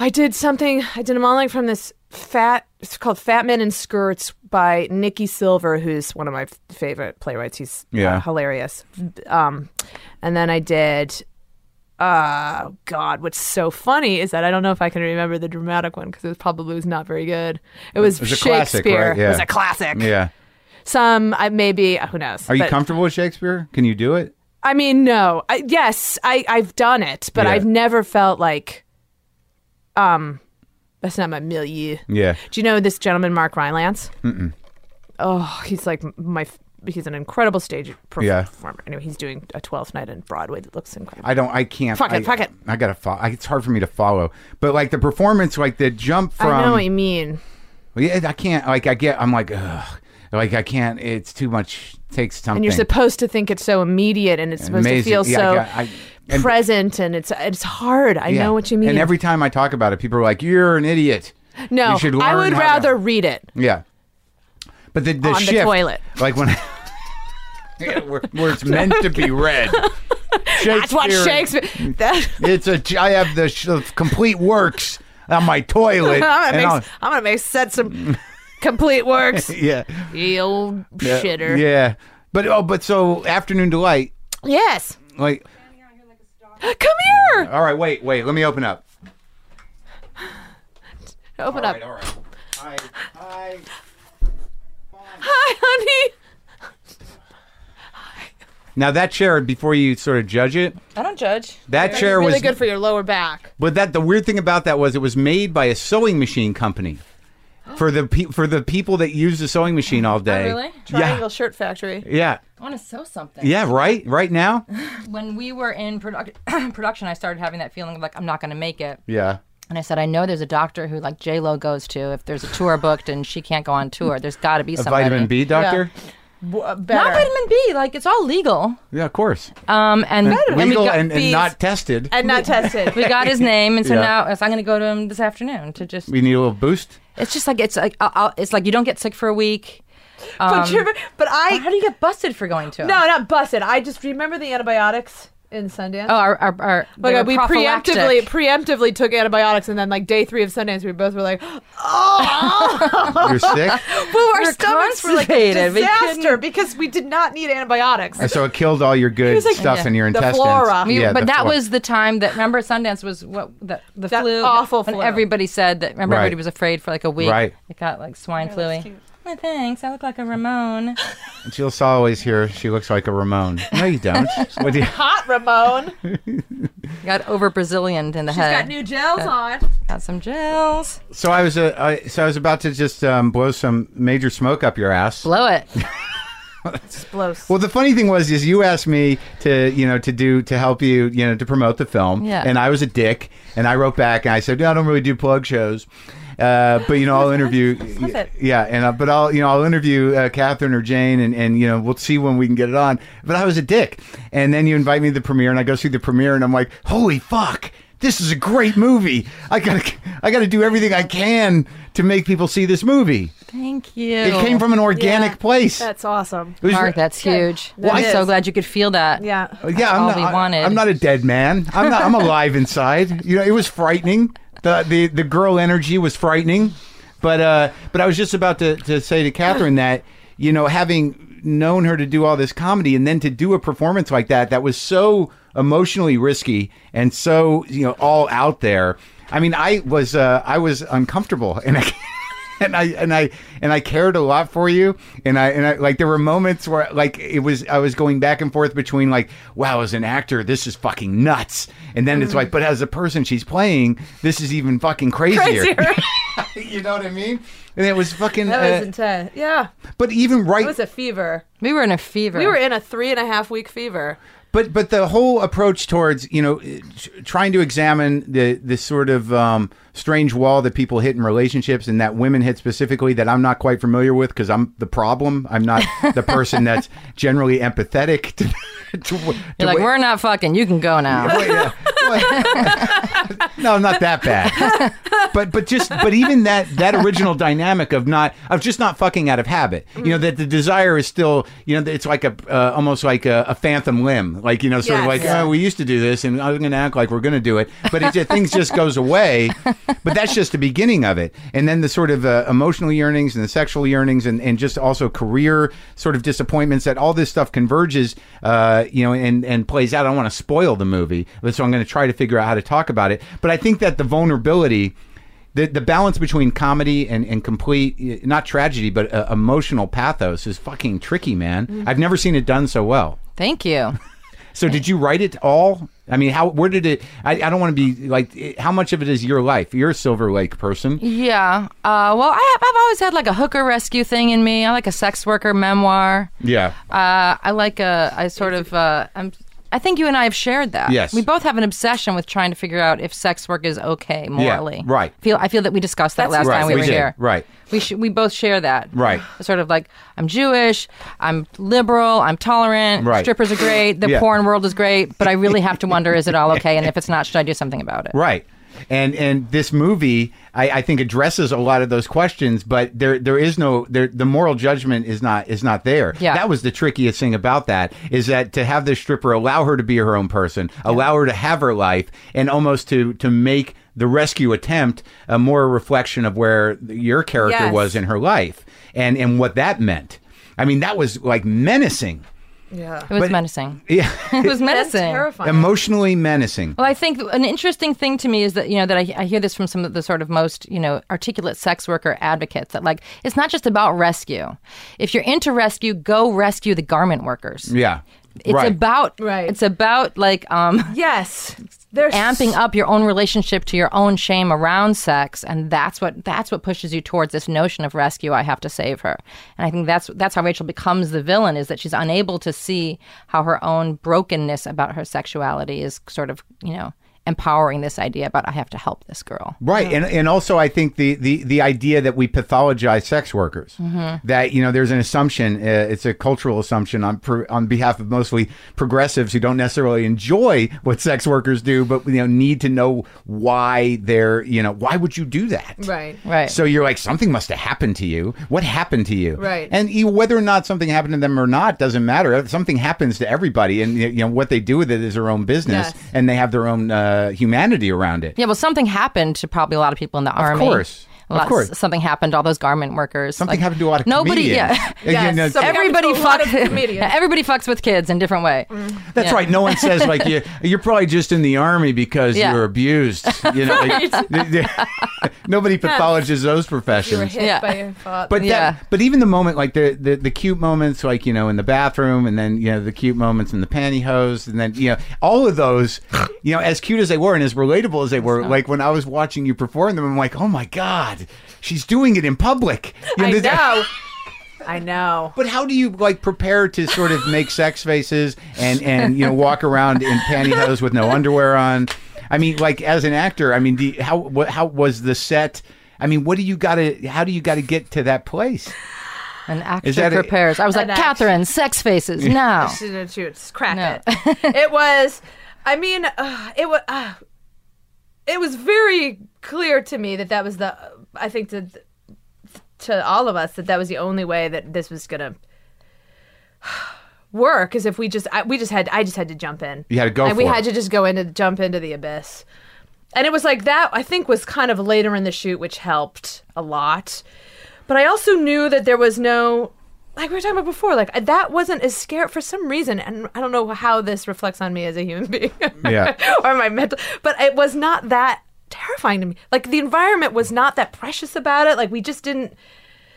B: I did something. I did a monologue from this fat. It's called Fat Men in Skirts by Nikki Silver, who's one of my f- favorite playwrights. He's uh,
A: Yeah.
B: hilarious. Um, and then I did. Uh, God, what's so funny is that I don't know if I can remember the dramatic one because it was probably was not very good. It was,
A: was a
B: Shakespeare.
A: classic, right?
B: It was
A: Yeah.
B: a classic.
A: Yeah.
B: Some, I maybe, who knows?
A: Are you
B: But-
A: comfortable with Shakespeare? Can you do it?
B: I mean, no. I, yes, I, I've done it, but
A: Yeah.
B: I've never felt like, um, that's not my milieu.
A: Yeah.
B: Do you know this gentleman, Mark Rylance? Mm-mm. Oh, he's like m- my. f- He's an incredible stage performer.
A: Yeah.
B: Anyway, he's doing a 12th night in Broadway that looks incredible.
A: I don't. I can't.
B: Fuck it,
A: I,
B: fuck it.
A: I gotta follow. It's hard for me to follow. But like the performance, like the jump from.
B: I know what you mean.
A: yeah, I can't. Like I get. I'm like, ugh. Like I can't. It's too much. Takes something.
B: And you're supposed to think it's so immediate and it's supposed
A: Amazing.
B: to feel
A: Yeah,
B: so
A: yeah, I- and-
B: present and it's it's hard. I
A: Yeah.
B: know what you mean.
A: And every time I talk about it, people are like, "You're an idiot."
B: no,
A: you should
B: I
A: learn
B: would
A: how to-
B: rather read it.
A: Yeah. But the, the
B: On the
A: shift,
B: toilet.
A: like when. Yeah, where, where it's meant to be read.
B: That's what Shakespeare. That,
A: It's a. I have the sh- complete works on my toilet. and
B: I'm, gonna
A: I'll-
B: make, I'm gonna make set some complete works.
A: yeah.
B: You old
A: Yeah,
B: shitter.
A: Yeah. But oh, but so afternoon delight,
B: Yes.
A: like
B: Come here.
A: all right, wait, wait, let me open up.
B: Open
A: All
B: up.
A: right, all right. Hi, hi.
B: Hi, honey.
A: Now that chair, before you sort of judge it,
B: I don't judge.
A: that
B: That's
A: chair
B: really
A: was
B: good for your lower back.
A: But that the weird thing about that was it was made by a sewing machine company. For the pe- for the people that use the sewing machine all day.
C: really?
B: Oh, Triangle Shirt Factory.
A: Yeah.
C: I want to sew something.
A: Yeah, yeah, right? Right now?
C: When we were in produc- production, I started having that feeling of like I'm not going to make it,
A: Yeah.
C: and I said I know there's a doctor who like J Lo goes to if there's a tour booked and she can't go on tour. There's got to be
A: A
C: somebody.
A: vitamin B doctor?
C: Not vitamin B. Like it's all legal.
A: Yeah, of course.
C: Um, and and we
A: Legal
C: got,
A: and, and
C: these-
A: not tested.
B: And not tested.
C: we got his name, and so
A: Yeah.
C: now so I'm going to go to him this afternoon to just.
A: we need a little boost.
C: It's just like it's like I'll, I'll, it's like you don't get sick for a week. Um,
B: but, you're- but I
C: how do you get busted for going to? him?
B: no, not busted. I just remember the antibiotics. in Sundance.
C: Oh, our, our, our
B: Like uh,
C: they were
B: we
C: prophylactic.
B: preemptively preemptively took antibiotics, and then like day three of Sundance, we both were like,
A: You're sick.
B: "Boo!" Our
C: were
B: stomachs were like a
C: constipated. We
B: disaster
C: couldn't-
B: because we did not need antibiotics.
A: And so it killed all your good
B: was like,
A: stuff in your
B: the
A: intestines.
B: flora.
C: We-
A: yeah,
C: but
A: the
C: that
A: flora.
C: was the time that remember Sundance was what the, the
B: That
C: flu
B: awful
C: when
B: flu.
C: everybody said that remember
A: Right.
C: everybody was afraid for like a week
A: Right.
C: it got like swine flu. Oh, thanks. I look like a Ramon.
A: Jill's always here. She looks like a Ramon. No, you don't. what do you?
B: Hot Ramon,
C: got over Brazilian in the
B: she's
C: head.
B: got new gels on.
C: Got some gels.
A: So I was uh, I, so I was about to just um, blow some major smoke up your ass.
C: Blow it.
B: Blows.
A: Well, the funny thing was, is you asked me to, you know, to do to help you, you know, to promote the film,
C: Yeah.
A: and I was a dick, and I wrote back and I said, no, I don't really do plug shows, uh, but you know, I'll interview,
B: it.
A: yeah, and uh, but I'll, you know, I'll interview uh, Catherine or Jane, and and you know, we'll see when we can get it on. But I was a dick, and then you invite me to the premiere, and I go see the premiere, and I'm like, holy fuck. This is a great movie. I gotta, I gotta do everything I can to make people see this movie.
C: Thank you.
A: It came from an organic
B: Yeah.
A: place.
B: That's awesome.
A: It was-
C: Mark, that's huge.
B: That
C: I'm
B: is.
C: so glad you could feel that.
B: Yeah.
A: Uh, Yeah, I'm
C: all
A: not,
C: we
A: I-
C: wanted.
A: I'm not a dead man. I'm not. I'm alive inside. You know, it was frightening. The the the girl energy was frightening, but uh, but I was just about to to say to Catherine that you know having known her to do all this comedy and then to do a performance like that that was so emotionally risky and so you know all out there. I mean, I was uh, I was uncomfortable and I. and I and I and I cared a lot for you. And I and I like there were moments where like it was I was going back and forth between like, wow, as an actor, this is fucking nuts. And then
B: Mm-hmm.
A: it's like, but as a person she's playing, this is even fucking crazier. you know what I mean? And it was fucking.
B: That was
A: uh,
B: intense. Yeah.
A: but even right,
B: It was a fever.
C: We were in a fever.
B: We were in a three and a half week fever.
A: but but the whole approach towards you know t- trying to examine the this sort of um, strange wall that people hit in relationships and that women hit specifically that I'm not quite familiar with because I'm the problem. I'm not the person that's generally empathetic to. to, to
C: You're like, we're not fucking. You can go now.
A: Wait, uh, what? no, not that bad. But but just but even that that original dynamic of not of just not fucking out of habit. You know that the desire is still you know that it's like a uh, almost like a, a phantom limb. Like you know sort of
B: Yes.
A: like
B: Yeah.
A: oh, we used to do this and I'm going to act like we're going to do it. But it just, things just goes away. But that's just the beginning of it. And then the sort of uh, emotional yearnings and the sexual yearnings and and just also career sort of disappointments that all this stuff converges. Uh, you know and and plays out. I don't want to spoil the movie, but so I'm going to try to figure out how to talk about it. But I think that the vulnerability the, the balance between comedy and, and complete eh, not tragedy but uh, emotional pathos is fucking tricky man i've never seen it done so well
C: Thank you.
A: so did you write it all i mean how where did it i, I don't want to be like eh, how much of it is your life you're a silver lake person
C: Yeah. Uh, well, I have, I've always had like a hooker rescue thing in me. I like a sex worker memoir.
A: yeah
C: Uh, I like a. I sort of. Uh, I'm. I think you and I have shared that.
A: Yes.
C: We both have an obsession with trying to figure out if sex work is okay morally.
A: right.
C: Feel. I feel that we discussed that last
A: right,
C: time we,
A: we
C: were
A: did,
C: here.
A: right.
C: We sh- we both share that.
A: Right.
C: Sort of like I'm Jewish. I'm liberal. I'm tolerant.
A: Right.
C: Strippers are great. The
A: Yeah.
C: porn world is great. But I really have to wonder: is it all okay? And if it's not, should I do something about it?
A: Right. And and this movie, I, I think, addresses a lot of those questions, but there there is no there, the moral judgment is not is not there.
C: Yeah.
A: That was the trickiest thing about that is that to have this stripper allow her to be her own person, allow her to have her life, and almost to to make the rescue attempt a more reflection of where your character
B: Yes.
A: was in her life and and what that meant. I mean, that was like menacing.
B: Yeah.
C: It was
A: But-
C: menacing.
A: Yeah.
C: It was menacing.
B: terrifying.
A: Emotionally menacing.
C: Well, I think an interesting thing to me is that you know that I, I hear this from some of the sort of most you know articulate sex worker advocates that like it's not just about rescue. If you're into rescue, go rescue the garment workers.
A: Yeah.
C: It's
A: right.
C: about
B: Right.
C: It's about like um,
B: yes. There's
C: amping up your own relationship to your own shame around sex, and that's what that's what pushes you towards this notion of rescue. I have to save her, and I think that's that's how Rachel becomes the villain is that she's unable to see how her own brokenness about her sexuality is sort of you know empowering this idea about I have to help this girl.
A: Right, and and also I think the the the idea that we pathologize sex workers
B: Mm-hmm.
A: that you know there's an assumption uh, it's a cultural assumption on pro, on behalf of mostly progressives who don't necessarily enjoy what sex workers do, but you know need to know why they're you know why would you do that
B: Right.
C: Right.
A: So you're like something must have happened to you. What happened to you?
B: Right.
A: And you, whether or not something happened to them or not doesn't matter. If Something happens to everybody, and you know what they do with it is their own business,
B: Yes.
A: and they have their own uh, humanity around it.
C: Yeah, well, something happened to probably a lot of people in the army.
A: course.
C: A
A: Of
C: lot-
A: course.
C: something happened to all those garment workers.
A: Something happened to a lot of
C: nobody.
A: comedians.
C: Yeah,
A: And, you know,
B: Yes, some-
C: everybody
B: Happened to a lot
C: fucks.
B: of comedians. Mm-hmm.
C: everybody fucks with kids in different way.
A: that's
C: yeah.
A: right. No one says like you. You're probably just in the army because
C: Yeah.
A: you were abused. You know, like, nobody pathologizes those professions.
B: You were hit
C: Yeah.
B: by a thought.
A: But
C: Yeah.
A: that, but even the moment like the, the the cute moments like you know in the bathroom and then you know the cute moments in the pantyhose and then you know all of those you know as cute as they were and as relatable as they were like when I was watching you perform them I'm like oh my god she's doing it in public You
B: I
A: this-
B: know. I know.
A: But how do you like prepare to sort of make sex faces and and you know walk around in pantyhose with no underwear on? I mean, like as an actor, I mean, do you, how what, how was the set? I mean, what do you got to? How do you got to get to that place?
C: An actor
A: that a-
C: prepares. I was like,
B: An act-
C: Catherine, sex faces now.
B: She didn't shoot. Just Crack
C: No.
B: it. it was. I mean, uh, it was. Uh, it was very clear to me that that was the. I think to to all of us that that was the only way that this was gonna work is if we just I, we just had I just had to jump in.
A: You had to go
B: And we
A: for it.
B: had to just go into jump into the abyss. And it was like that I think was kind of later in the shoot which helped a lot. But I also knew that there was no like we were talking about before like I- that wasn't as scary for some reason and I don't know how this reflects on me as a human being.
A: Yeah.
B: or my mental but it was not that terrifying to me. Like the environment was not that precious about it. Like we just didn't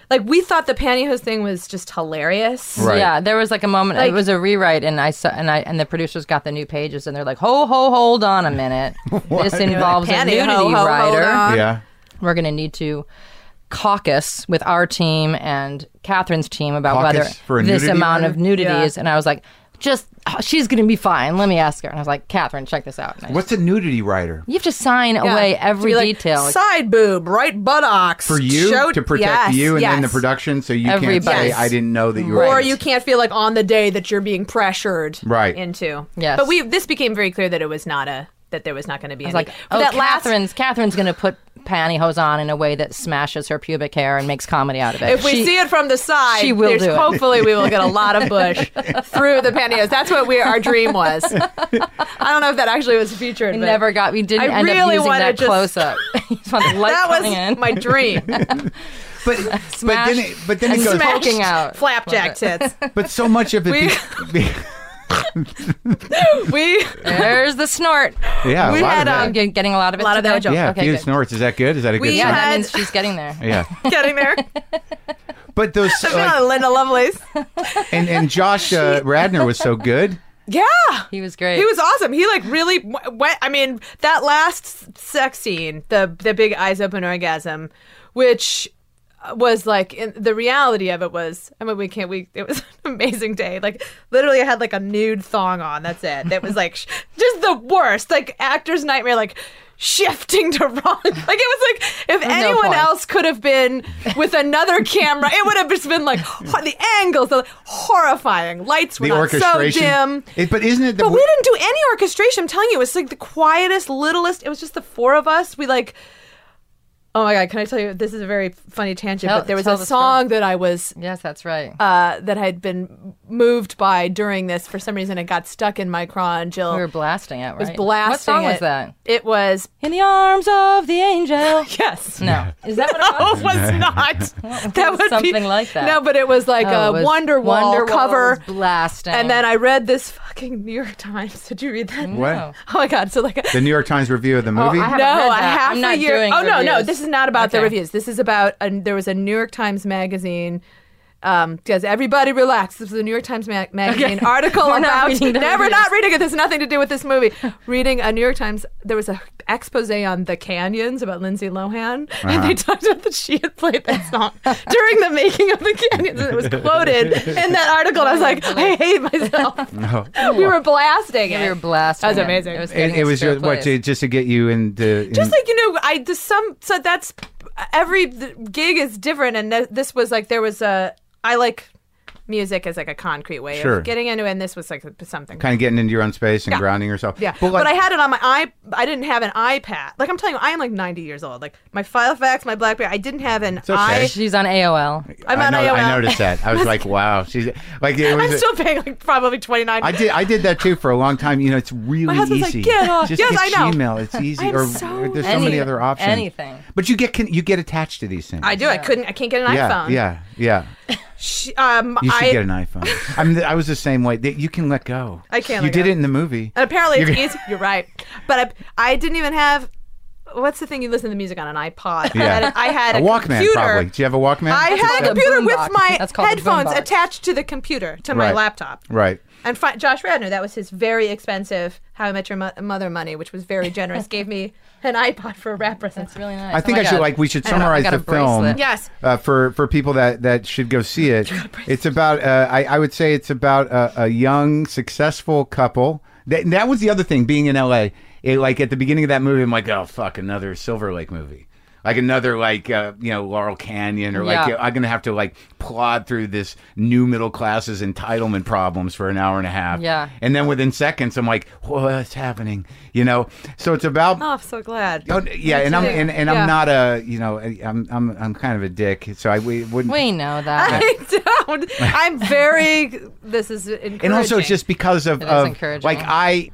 B: like we thought the pantyhose thing was just hilarious.
A: Right.
C: Yeah, there was like a moment.
B: Like-
C: it was a rewrite, and I saw, and I and the producers got the new pages, and they're like, "Ho ho, hold on a minute. this involves a
B: Panty,
C: nudity
B: ho, ho, hold
C: rider.
B: on.
A: Yeah,
C: We're going to need to." Caucus with our team and Catherine's team about
A: Caucus
C: whether
A: for a
C: this
A: nudity
C: amount
A: rider?
C: of nudity
B: Yeah.
C: is, and I was like, just oh, she's going to be fine. Let me ask her. And I was like, Catherine, check this out. And I just-
A: what's a nudity writer?
C: you have to sign
B: Yeah.
C: away
B: To
C: every
B: be like,
C: detail.
B: Side boob, right buttocks.
A: For you
B: Show-
A: to protect
B: Yes,
A: you and then the
B: yes.
A: production, so you can't
C: Everybody.
A: say
B: Yes.
A: I didn't know that you were.
B: Or you can't feel like on the day that you're being pressured
A: Right.
B: into.
C: Yes.
B: But we this became very clear that it was not a that there was not going to be
C: It's
B: any.
C: like,
B: but
C: oh,
B: that last-
C: Catherine's Catherine's going to put pantyhose on in a way that smashes her pubic hair and makes comedy out of it.
B: if we
C: She-
B: see it from the side,
C: she will
B: there's-
C: do it.
B: hopefully we will get a lot of bush through the pantyhose. That's what we our dream was. I don't know if that actually was featured.
C: We
B: but
C: never got. We didn't
B: I
C: end
B: really
C: up using
B: wanna
C: that
B: just-
C: close up.
B: That was my dream.
A: but but then it, but then it
C: and
A: goes.
C: smash.
B: Smashed
C: out.
B: flapjack tits.
A: But so much of it.
B: We-
A: be-
B: We
C: There's the snort.
A: yeah,
B: we
A: a lot
B: had,
A: of that.
C: I'm get- getting a lot of it.
B: A lot of
C: today.
B: that joke.
A: yeah.
C: Okay.
A: Peter
C: Good.
A: snorts. Is that good? Is that a good?
B: We
C: Yeah,
A: sign?
C: that
B: had-
C: means she's getting there.
A: yeah.
B: getting there.
A: But those like,
B: Oh, Linda Lovelace.
A: and and Josh uh, Radner was so good.
B: Yeah.
C: He was great.
B: He was awesome. He like really w- went. I mean, that last s- sex scene, the the big eyes open orgasm, which uh, was like in, the reality of it was. I mean, we can't. We it was an amazing day. Like literally, I had like a nude thong on. That's it. That was like sh- just the worst. Like actor's nightmare. Like shifting to wrong. Like it was like if anyone
C: point.
B: else could have been with another camera, it would have just been like ho- the angles, the horrifying lights were
A: The
B: not so
A: orchestration.
B: dim.
A: It- but isn't it the
B: But we didn't do any orchestration. I'm telling you, it was like the quietest, littlest. It was just the four of us. We like. Oh my god! Can I tell you? This is a very funny tangent,
C: Tell-
B: but there was
C: tell
B: a
C: the story.
B: song that I was
C: Yes, that's right.
B: uh, that I had been moved by during this. For some reason, it got stuck in my craw, and Jill
C: we were blasting it. Right?
B: was blasting.
C: What song
B: it.
C: was that?
B: It was
C: In the arms of the angel.
B: yes.
C: No, is that what it
B: No,
C: was?
B: it was not. that
C: was
B: would be
C: something like that.
B: No, but it was like
C: Oh,
B: a
C: it was
B: Wonderwall,
C: Wonderwall
B: cover.
C: was blasting.
B: and then I read this fucking New York Times. Did you read that?
A: What?
C: No.
B: Oh my god! So like
A: The New York Times review of the
C: Oh,
A: movie.
C: I haven't
B: no,
C: read
B: a
C: that.
B: half
C: I'm not
B: a year.
C: doing
B: oh no, no,
C: reviews.
B: this is not about the
C: Okay.
B: reviews. This is about a, there was a New York Times magazine because everybody relax. This is a New York Times ma- magazine article
C: We're not
B: about
C: reading the
B: never
C: reviews.
B: not reading it. There's nothing to do with this movie. reading a New York Times, there was a expose on the Canyons about Lindsay Lohan, and
C: Uh-huh.
B: they talked about that she had played that song during the making of the Canyons, and it was quoted in that article. And I was like, I hate myself. we were blasting it.
C: We were blasted.
B: That was amazing.
C: It was,
A: And it was
C: your
A: just what to, just to get you into. in-
B: just like you know i just some so that's every th- gig is different and th- this was like there was a i like music as like a concrete way
A: Sure.
B: of getting into it and this was like something
A: kind of getting into your own space and grounding yourself.
B: yeah
A: but,
B: but,
A: like,
B: i had it on my i i didn't have an ipad like i'm telling you i am like 90 years old like my filofax my blackberry i didn't have an
A: okay.
B: i
C: She's on AOL.
B: i'm
A: I
B: on
A: know-
B: AOL.
A: I noticed that. I was like, wow, she's like, it was.
B: i'm still paying like probably 29
A: I did. I did that too for a long time. You know, it's really
B: husband's like,
A: easy.
B: "Get off."
A: Just
B: Yes,
A: get
B: I know.
A: Gmail. It's easy.
B: I'm
A: or,
B: so
A: or there's so
C: Any-
A: many other options.
C: anything.
A: But you get can, you get attached to these things.
B: I do. I couldn't. I can't get an
A: yeah,
B: iPhone.
A: yeah, yeah.
B: She, um,
A: You should
B: I,
A: get an iPhone. I mean, I was the same way. That You can let go.
B: I can't
A: You
B: let
A: did
B: go.
A: it in the movie.
B: And apparently
A: You're
B: it's
A: gonna-
B: easy. You're right. But I, I didn't even have. What's the thing you listen to music on? An iPod. I had,
A: Yeah.
B: a- I had
A: A
B: a,
A: Walkman,
B: computer.
A: probably. Do you have a Walkman?
B: I had a
C: called a
B: computer
C: boombox.
B: with my
C: That's called a
B: headphones
C: boombox.
B: attached to the computer to my
A: Right.
B: laptop.
A: right.
B: And fi- Josh Radner, that was his very expensive How I Met Your Mo- Mother money, which was very generous, gave me an iPod for a rap presents.
C: It's really nice. Oh
A: I think I should like we should
C: I don't know, I
A: summarize
C: got
A: the
C: a
A: film.
C: bracelet.
B: Yes.
A: Uh, for for people that that should go see it, it's about uh, I I would say it's about a, a young successful couple. That that was the other thing being in L.A. It, like at the beginning of that movie, I'm like, oh fuck, another Silver Lake movie. Like another, like uh, you know, Laurel Canyon, or like
C: Yeah.
A: you know, I'm gonna have to like plod through this new middle classes entitlement problems for an hour and a half.
C: Yeah.
A: and then within seconds, I'm like, what's happening? You know, so it's about
B: Oh, I'm so glad.
A: Oh, yeah, and I'm
B: too.
A: and, and
B: Yeah.
A: I'm not a you know I- I'm I'm I'm kind of a dick, so I we wouldn't.
C: We know that.
B: I don't. I'm very. This is encouraging.
A: and also, it's just because of,
C: is
A: of
C: encouraging.
A: like I,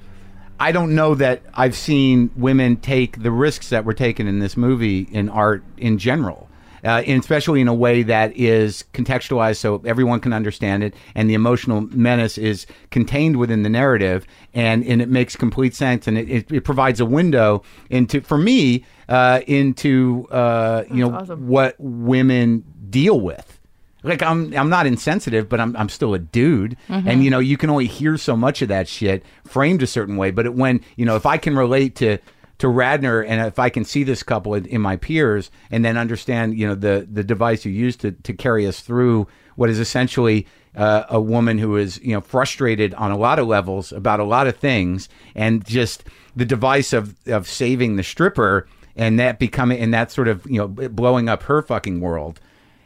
A: I don't know that I've seen women take the risks that were taken in this movie in art in general. Uh, and especially in a way that is contextualized so everyone can understand it and the emotional menace is contained within the narrative and, and it makes complete sense and it, it, it provides a window into for me uh, into uh, you know what women deal with like I'm I'm not insensitive, but I'm I'm still a dude, and you know you can only hear so much of that shit framed a certain way. But it, when you know if I can relate to to Radner and if I can see this couple in, in my peers and then understand you know the the device you used to to carry us through what is essentially uh, a woman who is you know frustrated on a lot of levels about a lot of things and just the device of of saving the stripper and that becoming and that sort of you know blowing up her fucking world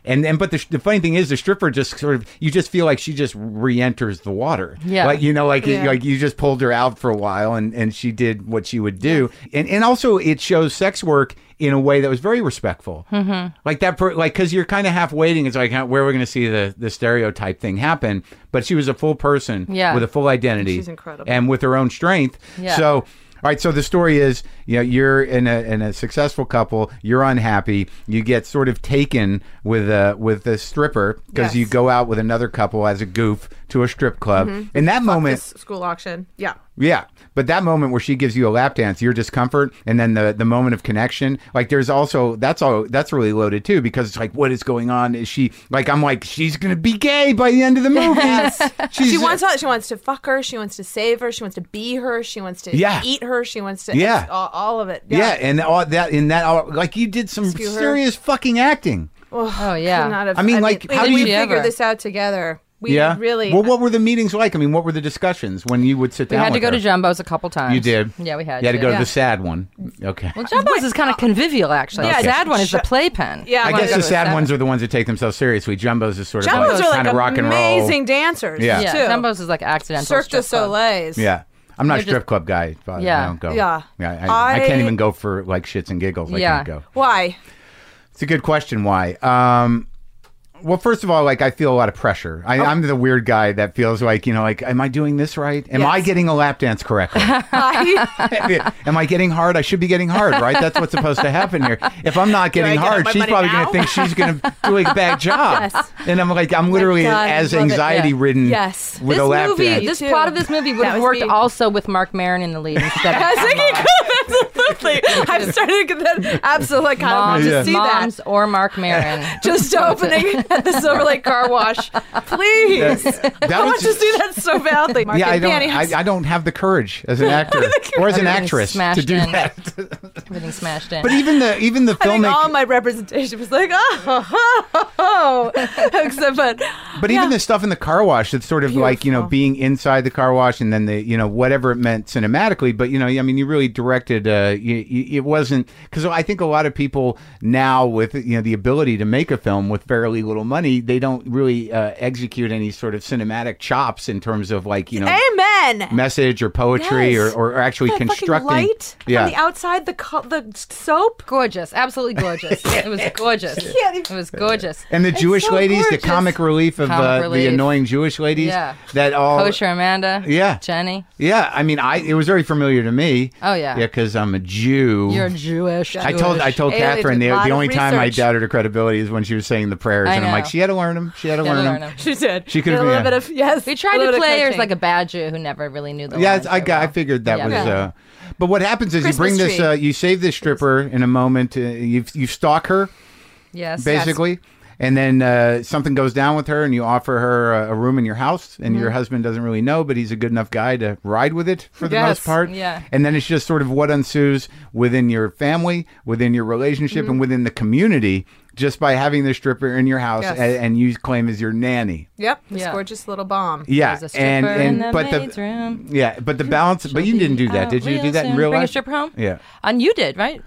A: and and but the, the funny thing is, the stripper just sort of you just feel like she just re-enters the water.
C: Yeah.
A: like you know, like
B: Yeah.
A: like you just pulled her out for a while, and and she did what she would do, and and also it shows sex work in a way that was very respectful. Mm-hmm. Like that, per, like because you're kind of half waiting. It's like huh, where we're going to see the the stereotype thing happen, but she was a full person
C: Yeah.
A: with a full identity.
B: She's incredible.
A: and with her own strength.
C: Yeah.
A: So all right, so the story is, you know, you're in a in a successful couple, you're unhappy, you get sort of taken with a with a stripper because
B: Yes.
A: you go out with another couple as a goof to a strip club. In that moment,
B: Mm-hmm. this school auction. Yeah.
A: yeah. But that moment where she gives you a lap dance, your discomfort, and then the the moment of connection, like there's also that's all that's really loaded too because it's like what is going on? Is she like I'm like she's gonna be gay by the end of the movie?
B: She
A: She's-
B: wants. She wants to fuck her. She wants to save her. She wants to be her. She wants to
A: Yeah.
B: eat her. She wants to.
A: Yeah.
B: it's all, all of it.
A: Yeah, and all that in that all, like you did some
B: Skew her.
A: serious fucking acting.
C: Oh yeah.
B: Could not have-
A: I mean, like, how
B: we,
A: do
B: we
A: you-
B: figured
C: Ever.
B: this out together? We
A: yeah,
B: really.
A: Well, what were the meetings like? I mean, what were the discussions when you would sit
C: we
A: down?
C: had to
A: with
C: go
A: her?
C: to Jumbo's a couple times.
A: You did.
C: Yeah, we had.
A: You had to go to
B: Yeah.
A: the sad one. Okay.
C: Well, Jumbo's is kind of convivial, actually.
B: Yeah,
C: The sad one is the
B: sh-
C: playpen.
B: Yeah,
A: I
B: wanna
A: guess
B: go
A: the
B: to
A: sad ones are the ones that take themselves seriously. Jumbos is sort of
B: Jumbos
A: like
B: are like
A: kind of rock and roll.
B: amazing dancers.
A: Yeah.
C: Yeah,
B: too.
C: Jumbo's is like accidental.
B: Cirque du
C: strip club.
B: Soleil's.
A: Yeah. I'm not a
C: They're
A: strip
C: just-
A: club guy. But I
C: Yeah.
A: don't go.
B: Yeah.
A: yeah I, I, can't
B: I-
A: even go for like shits and giggles. I
C: Yeah.
A: can't go.
B: Why?
A: It's a good question. Why? Um, well, first of all, like I feel a lot of pressure.
B: Oh.
A: I, I'm the weird guy that feels like you know, like, am I doing this right? Am I
B: Yes.
A: getting a lap dance correctly?
B: I,
A: am I getting hard? I should be getting hard, right? That's what's supposed to happen here. If I'm not getting
B: I get
A: hard,
B: my
A: she's
B: money
A: probably going
B: now?
A: to think she's going to do a bad job. And I'm like, I'm literally
B: God, I
A: as
B: love it. Yeah.
A: anxiety ridden
B: Yes.
A: with
C: this
A: a lap
C: movie,
A: dance.
C: this
B: Me too.
C: plot of this movie would
B: That
C: have
B: was
C: worked
B: me.
C: also with Mark Maron in the lead. Instead of
B: I was thinking, Absolutely. I've started to get that. Absolutely. I kind of want
C: Moms,
B: to
A: Yeah.
B: see
C: moms
B: that.
C: or Mark Maron.
B: Just opening at the Silver Lake car wash. Please.
A: That
B: I
A: was
B: want to
A: just-
B: see that so badly. Mark
A: yeah, I
B: and
A: don't.
B: panties.
A: I, I don't have the courage as an actor or as an
C: Everything's
A: actress to
C: smashed
A: do
C: in.
A: that.
C: Everything smashed in.
A: But even the even the
B: I think all
A: filmmaking,
B: my representation was like, oh, except but
A: but
B: yeah.
A: even the stuff in the car wash that's sort of like you know
B: Beautiful.
A: being inside the car wash and then the you know whatever it meant cinematically. But you know, I mean, you really directed. Uh, you, you, it wasn't because I think a lot of people now with you know the ability to make a film with fairly little money, they don't really uh, execute any sort of cinematic chops in terms of like you know.
B: amen.
A: Message or poetry
B: Yes.
A: or, or, or actually
B: that fucking
A: constructing
B: light
A: yeah
B: on the outside, the co- the soap.
C: gorgeous, absolutely gorgeous. it was gorgeous.
B: can't
C: It
B: even-
C: was gorgeous.
A: And the Jewish
B: so
A: ladies, the
B: gorgeous.
A: comic relief of
C: Comic
A: uh,
C: relief.
A: the annoying Jewish ladies
C: Yeah.
A: that all.
C: Kosher Amanda.
A: Yeah.
C: Jenny.
A: Yeah, I mean, I it was very familiar to me.
C: Oh, yeah.
A: yeah, because I'm a Jew.
C: You're Jewish.
A: I told I told
B: Jewish. Yeah, they
A: Catherine the,
B: did a lot
A: the
B: of
A: only time I
B: research.
A: doubted her credibility is when she was saying the prayers,
C: I
A: and I'm
C: know.
A: like, she had to learn them. She had to
C: Yeah,
A: learn
C: learn
A: them.
C: 'em.
B: She did.
A: She could've
B: Did a
A: been-
B: little
A: yeah.
B: bit of yes.
C: We tried
B: a
C: to
B: little bit of
C: play her as
B: coaching.
C: like a bad Jew who never really knew the
A: Yeah,
C: lines
A: it's- I
C: very
A: got, I
C: well.
A: figured that
C: Yeah.
A: was.
B: Yeah.
A: Uh, but what happens is
B: Christmas
A: you bring this,
B: tree.
A: uh, you save this stripper in a moment. Uh, you you stalk her
C: Yes.
A: basically. And then uh, something goes down with her, and you offer her a, a room in your house, and
C: Mm-hmm.
A: your husband doesn't really know, but he's a good enough guy to ride with it for the most
B: Yes,
A: part.
C: yeah.
A: And then it's just sort of what ensues within your family, within your relationship,
C: Mm-hmm.
A: and within the community just by having the stripper in your house
B: Yes.
A: a- and, you claim is your nanny.
B: Yep, this
C: Yeah.
B: gorgeous little bomb.
A: Yeah,
C: There's a stripper
A: and and
C: in the
A: but
C: maid's
A: the
C: room.
A: yeah, but the balance. But you didn't do that, did you?
C: Real
A: Do that in
C: soon.
A: real
C: Bring a
A: life?
C: stripper home?
A: Yeah,
C: And you did, right?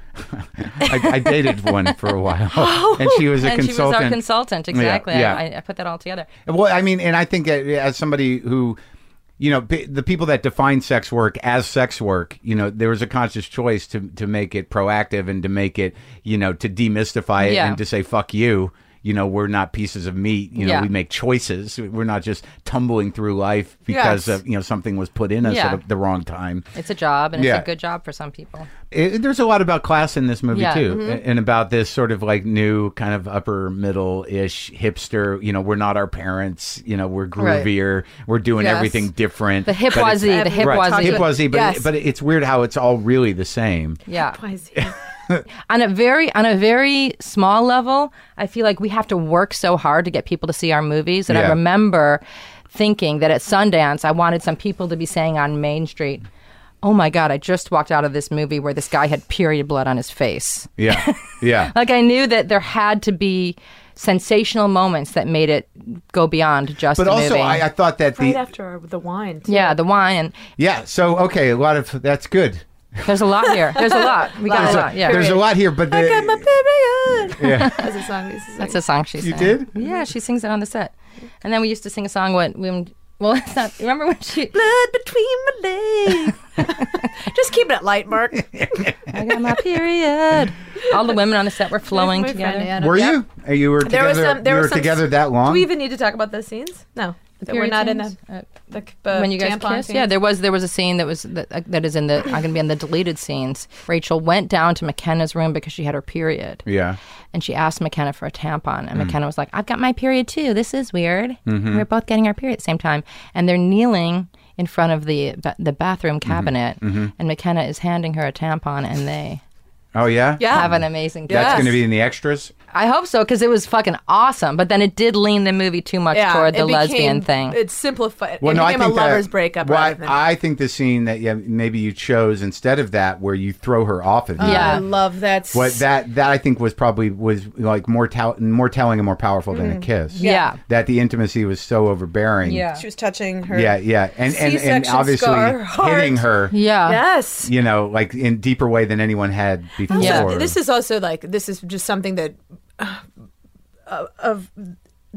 A: I, I dated one for a while, and she was a
C: Oh, and she was our
A: consultant.
C: consultant, exactly. I-
A: yeah.
C: I, I put that all together.
A: Well, I mean, and I think uh, as somebody who, you know, p- the people that define sex work as sex work, you know, there was a conscious choice to to make it proactive and to make it, you know, to demystify it
C: Yeah.
A: and to say fuck you. You know, we're not pieces of meat. You know,
C: Yeah.
A: we make choices. We're not just tumbling through life because
B: Yes.
A: of, you know something was put in us
C: Yeah.
A: at the wrong time.
C: It's a job, and
A: Yeah.
C: it's a good job for some people.
A: It, there's a lot about class in this movie
C: Yeah.
A: too,
B: mm-hmm.
A: a- and about this sort of like new kind of upper middle ish hipster. You know, we're not our parents. You know, we're
C: Right.
A: groovier. We're doing
B: Yes.
A: everything different.
C: The
A: but it's-
C: hipwazi, the
B: Right.
C: hipwazi.
B: Hip
A: hipwazi, but
B: Yes.
A: but it's weird how it's all really the same.
C: Yeah.
B: Why is he?
C: on a very on a very small level, I feel like we have to work so hard to get people to see our movies. And
A: Yeah.
C: I remember thinking that at Sundance, I wanted some people to be saying on Main Street, "Oh my God, I just walked out of this movie where this guy had period blood on his face."
A: Yeah, yeah.
C: Like I knew that there had to be sensational moments that made it go beyond just.
A: but
C: a
A: also,
C: movie.
A: I, I thought that the
B: right after the wine. too.
C: yeah, the wine.
A: yeah. So okay, a lot of that's good.
C: There's a lot here. There's a lot. We got
A: There's
C: a
A: a,
C: lot. Yeah,
A: there's a lot here, but
B: I
A: the-
B: got my baby on.
A: Yeah.
B: That's a song. we used to sing.
C: That's a song she sang.
A: did?
C: Yeah, she sings it on the set. And then we used to sing a song when, when well, it's not, remember when she,
B: blood between my legs. Just keeping it light, Mark.
C: I got my period. All the women on the set were flowing
B: My friend
C: together.
B: Anna.
A: were
B: Yep.
A: you? Uh, You were
B: There
A: together.
B: was some- there
A: you
B: were
A: were
B: some-
A: together that long.
B: Do we even need to talk about those scenes? No, That we're
C: Period
B: not in
C: scenes?
B: the,
C: Uh,
B: the, the
C: when you guys
B: tampon
C: kissed?
B: scenes.
C: Yeah, there was there was a scene that was that, uh, that is in the I'm going to be in the deleted scenes. Rachel went down to McKenna's room because she had her period.
A: Yeah. Mm.
C: and she asked McKenna for a tampon, and McKenna was like, "I've got my period too. This is weird.
A: Mm-hmm.
C: We're both getting our period at the same time." And they're kneeling in front of the ba- the bathroom
A: Mm-hmm.
C: cabinet, and McKenna is handing her a tampon, and they
A: Oh yeah.
B: Yeah.
C: have an amazing.
A: That's
B: Yes.
A: going to be in the extras.
C: I hope so because it was fucking awesome. But then it did lean the movie too much
B: Yeah,
C: toward
B: it
C: the lesbian
B: became-
C: thing.
B: It simplified.
A: Well,
B: it
A: no, I
B: became
A: think
B: a lovers
A: that,
B: breakup.
A: Well, I,
B: rather than,
A: I think the scene that yeah, maybe you chose instead of that, where you throw her off of you.
C: Yeah.
B: I love that.
A: What that that I think was probably was like more tell, more telling and more powerful
B: Mm.
A: than a kiss.
C: Yeah.
A: That the intimacy was so overbearing.
C: Yeah.
B: she was touching her.
A: Yeah. Yeah. And and, and
B: C-section
A: obviously
B: scar, heart.
A: hitting her.
C: yeah.
B: Yes.
A: You know, like in deeper way than anyone had before.
C: Yeah.
B: So this is also like this is just something that uh, of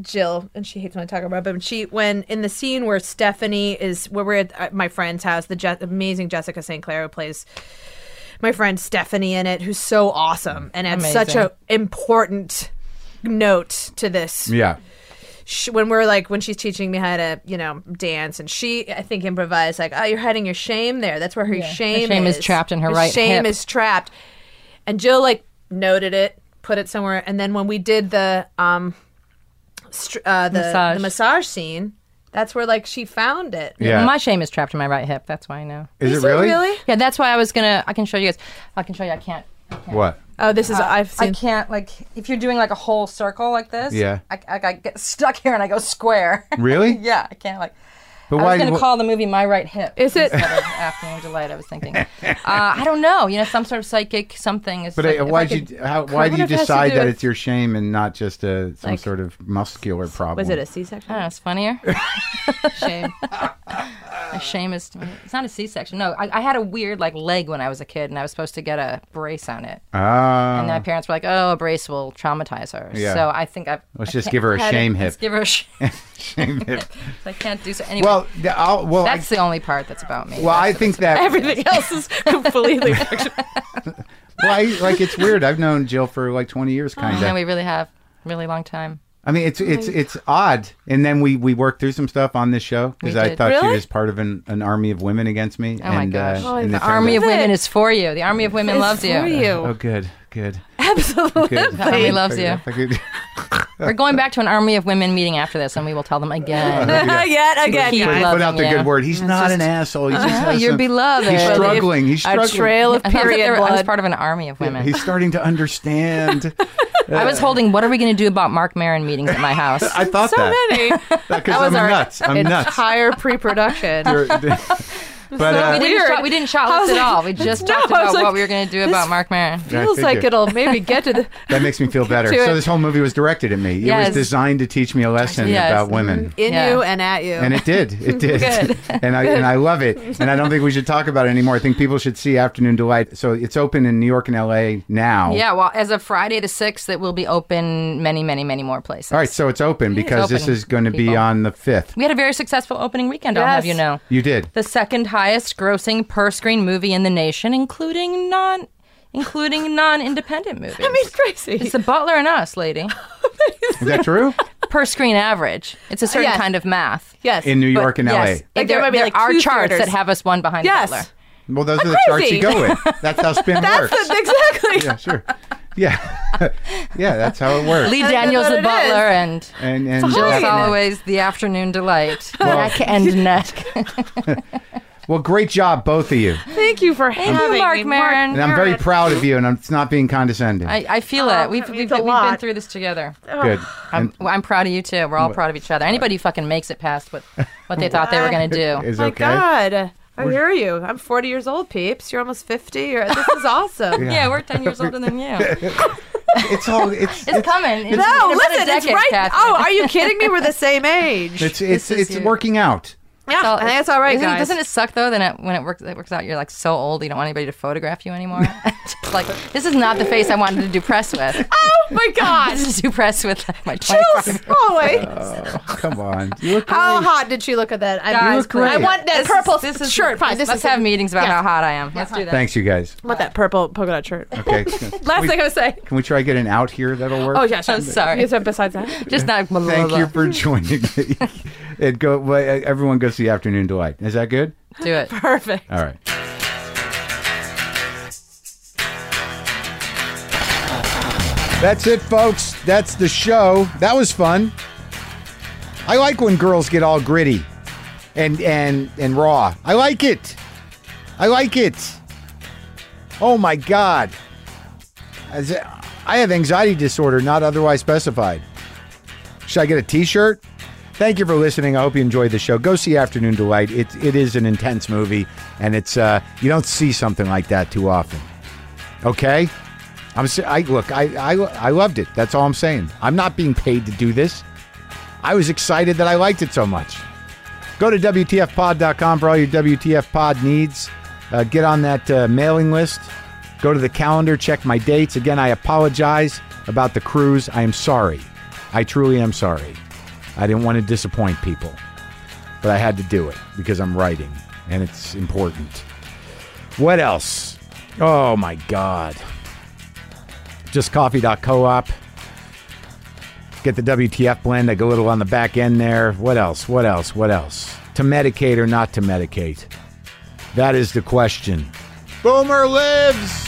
B: Jill and she hates when I talk about it, but when she when in the scene where Stephanie is where we're at uh, my friend's house, the Je- amazing Jessica St. Clair who plays my friend Stephanie in it, who's so awesome and adds such
C: Amazing.
B: a important note to this
A: Yeah.
B: she, when we're like when she's teaching me how to you know dance and she i think improvised like oh you're hiding your shame there that's where her shame,
C: Her shame is trapped in her right
B: shame
C: hip.
B: is trapped and jill like noted it put it somewhere and then when we did the um str- uh the
C: Massage.
B: the massage scene That's where like she found it.
A: Yeah.
C: My shame is trapped in my right hip. That's why I know.
A: Is,
B: Is
A: it really?
C: Yeah, that's why I was gonna. I can show you guys. I can show you. I can't.
A: What?
B: Oh, this is I've
C: Uh, I
B: seen.
C: can't like if you're doing like a whole circle like this.
A: Yeah.
C: I, I, I get stuck here and I go square.
A: Really?
C: yeah, I can't like.
A: But
C: I
A: why?
C: was going to
A: wh-
C: call the movie My Right Hip.
B: Is it-
C: instead of Afternoon Delight? I was thinking. Uh, I don't know. You know, some sort of psychic something is.
A: but
C: like,
A: uh,
C: if I
A: why'd
C: could-
A: you? How, why
C: I
A: do
C: wonder
A: you
C: if it has to
A: decide
C: do
A: that
C: with-
A: it's your shame and not just a some
B: Like-
A: sort of muscular problem?
B: Was it a C-section?
C: I don't know. It's funnier. shame. My shame is. It's not a C-section. No, I, I had a weird like leg when I was a kid, and I was supposed to get a brace on it.
A: Ah.
C: and my parents were like, "Oh, a brace will traumatize her."
A: Yeah.
C: So I think I've.
A: Let's
C: I
A: just
C: can't-
A: give her a
C: had
A: shame
C: Let's
A: hip.
C: give her a shame.
A: Shame hip.
C: I can't do so. Anyway,
A: Well, the- I'll, well, I,
C: that's the only part that's about me.
A: well, I
C: That's
A: think that
B: Everything else is completely.
A: well, I, like it's weird. I've known Jill for like 20 years,
C: the-
A: kind
C: No,
A: of.
C: Oh, we Oh, really have a really long time.
A: I mean, it's it's it's odd. And then we we worked through some stuff on this show because
C: We
A: I
C: did.
A: thought she
B: Really?
A: was part of an, an army of women against me.
C: Oh my
A: and,
C: gosh.
A: Uh,
C: Oh,
A: and
B: the
A: it turned
C: Army
A: out-
C: of
B: Love
C: Women
B: it.
C: is for you. The Army of Women
B: It's
C: loves
B: For
C: you.
A: Oh,
B: you.
A: good, good, good.
C: The Army
B: Absolutely.
C: loves you.
A: If I could-
C: We're going back to an Army of Women meeting after this, and we will tell them again.
B: Yet again.
C: Keep
B: guys.
C: loving
A: Put out the
C: you.
A: good word. He's not an asshole. He's just
C: Oh,
A: has
C: you're
A: some-
C: beloved.
A: He's
C: I thought
A: struggling. He's
B: A
A: struggling.
B: trail of
C: I thought they
B: period
C: were- I was
B: blood.
C: part of an army of women.
A: He's starting to understand.
C: I was holding, what are we going to do about Mark Marin meetings at my house?
A: I thought
B: So
A: that.
B: many.
A: Because
B: was
A: I'm
B: our
A: nuts. I'm nuts.
B: Entire pre-production.
A: You're- but
C: we
A: uh,
C: didn't,
B: Weird.
C: shot, we didn't
B: I
C: shot
B: was
C: list at
B: like-
C: all. We just
B: No,
C: talked
B: I was
C: about what
B: like,
C: we were going to do about
B: this-
C: Mark Marin.
B: Feels like
A: figured.
B: it'll maybe get to the.
A: that makes me feel better.
B: to
A: So
B: it.
A: this whole movie was directed at me. It
C: Yes.
A: was designed to teach me a lesson
C: Yes.
A: about women.
B: in
C: Yeah.
B: you and at you.
A: And it did. It did.
C: Good.
A: And I and I love it. And I don't think we should talk about it anymore. I think people should see Afternoon Delight. So it's open in New York and LA now.
C: Yeah, well, as of Friday the 6th, it will be open many, many, many more places.
A: All right, so it's open because this
C: open,
A: is going to be
C: people.
A: on the 5th.
C: We had a very successful opening weekend, I'll have
B: Yes.
C: you know.
A: You did.
C: The second highest grossing per screen movie in the nation, including non including non independent movies. I
B: it's crazy.
C: it's the butler and us, lady.
A: Is that true?
C: per screen average. It's a certain
B: Yes.
C: kind of math.
B: yes.
A: In New
C: But
A: York and LA.
C: yes,
B: Like,
C: there,
B: there might be,
C: there
B: like,
C: are
B: two
C: charts
B: theaters.
C: that have us one behind
B: yes.
C: the butler.
A: Well, those are the charts you
B: crazy.
A: go with. That's how spin works.
B: Exactly.
A: yeah, sure. Yeah. yeah, that's how it works.
C: Lee
B: That's
C: Daniels,
B: what
C: the
B: it
C: butler, and
A: and and uh,
C: Jill
B: Fine.
C: Soloway's The Afternoon Delight. neck and neck.
A: Well, great job, both of you.
B: Thank you for having
C: Mark
B: me,
C: Maron.
A: And I'm very proud of you, and I'm, it's not being condescending.
C: I, I feel
B: Oh,
C: it. We've,
B: that
C: we've,
B: means
C: we've
B: a
C: been
B: lot. Um,
C: through this together.
A: Good.
B: Oh,
C: I'm, well, I'm proud of you too. We're all proud of each other. Anybody who fucking makes it past what, what they thought they were going to
A: And
C: do.
A: is
B: My
A: okay.
B: God. I hear you. I'm 40 years old, peeps. You're almost 50. You're, this is awesome.
C: Yeah, we're 10 years older than you. It's
A: It's all it's it's
C: coming.
B: No,
C: It's in about a
B: listen, it's
C: decade,
B: right.
C: Catherine.
B: Oh, are you kidding me? We're the same age.
A: it's it's,
C: is
A: it's
C: you.
A: working out.
B: yeah, I think it's all right,
C: isn't,
B: guys.
C: Doesn't it suck though? Then it, when it works, it works out. You're like so old. You don't want anybody to photograph you anymore. Just like this is not the face I wanted to do press with.
B: oh my God.
C: This is do press with like, my
B: Jill
C: 25.
B: Smalley.
A: Oh, come on. You look
B: How
A: great.
B: hot did she look at that? I,
C: Guys,
B: you look great. I
C: please.
B: want that
C: This
B: purple
C: is- this is-
B: shirt. Fine, this is
C: let's have meetings about
B: yeah.
C: how hot I am. Let's do that.
A: Thanks you guys.
B: I want that purple polka dot shirt.
A: Okay.
B: Last thing I was saying.
A: Can we try get an out here that'll work?
B: Oh yeah, sure.
C: I'm sorry.
B: You said besides that.
C: Just not. blah, blah,
A: Thank
C: blah.
A: you for joining me. it go well, everyone go see Afternoon Delight. Is that good?
C: Do it.
B: Perfect.
A: All right. That's it, folks. That's the show. That was fun. I like when girls get all gritty and and and raw. I like it. I like it. Oh my god. As- I have anxiety disorder not otherwise specified. Should I get a t-shirt? Thank you for listening. I hope you enjoyed the show. Go see Afternoon Delight. It it is an intense movie and it's uh you don't see something like that too often. Okay? I'm s- I look, I, I I loved it. That's all I'm saying. I'm not being paid to do this. I was excited that I liked it so much. Go to WTFpod.com for all your WTF pod needs. Uh, get on that uh, mailing list. Go to the calendar, check my dates. Again, I apologize about the cruise. I am sorry. I truly am sorry. I didn't want to disappoint people, but I had to do it because I'm writing and it's important. What else? Oh my God. JustCoffee.coop get the WTF blend. I go a little on the back end there. What else? What else? What else? To medicate or not to medicate? That is the question. Boomer lives!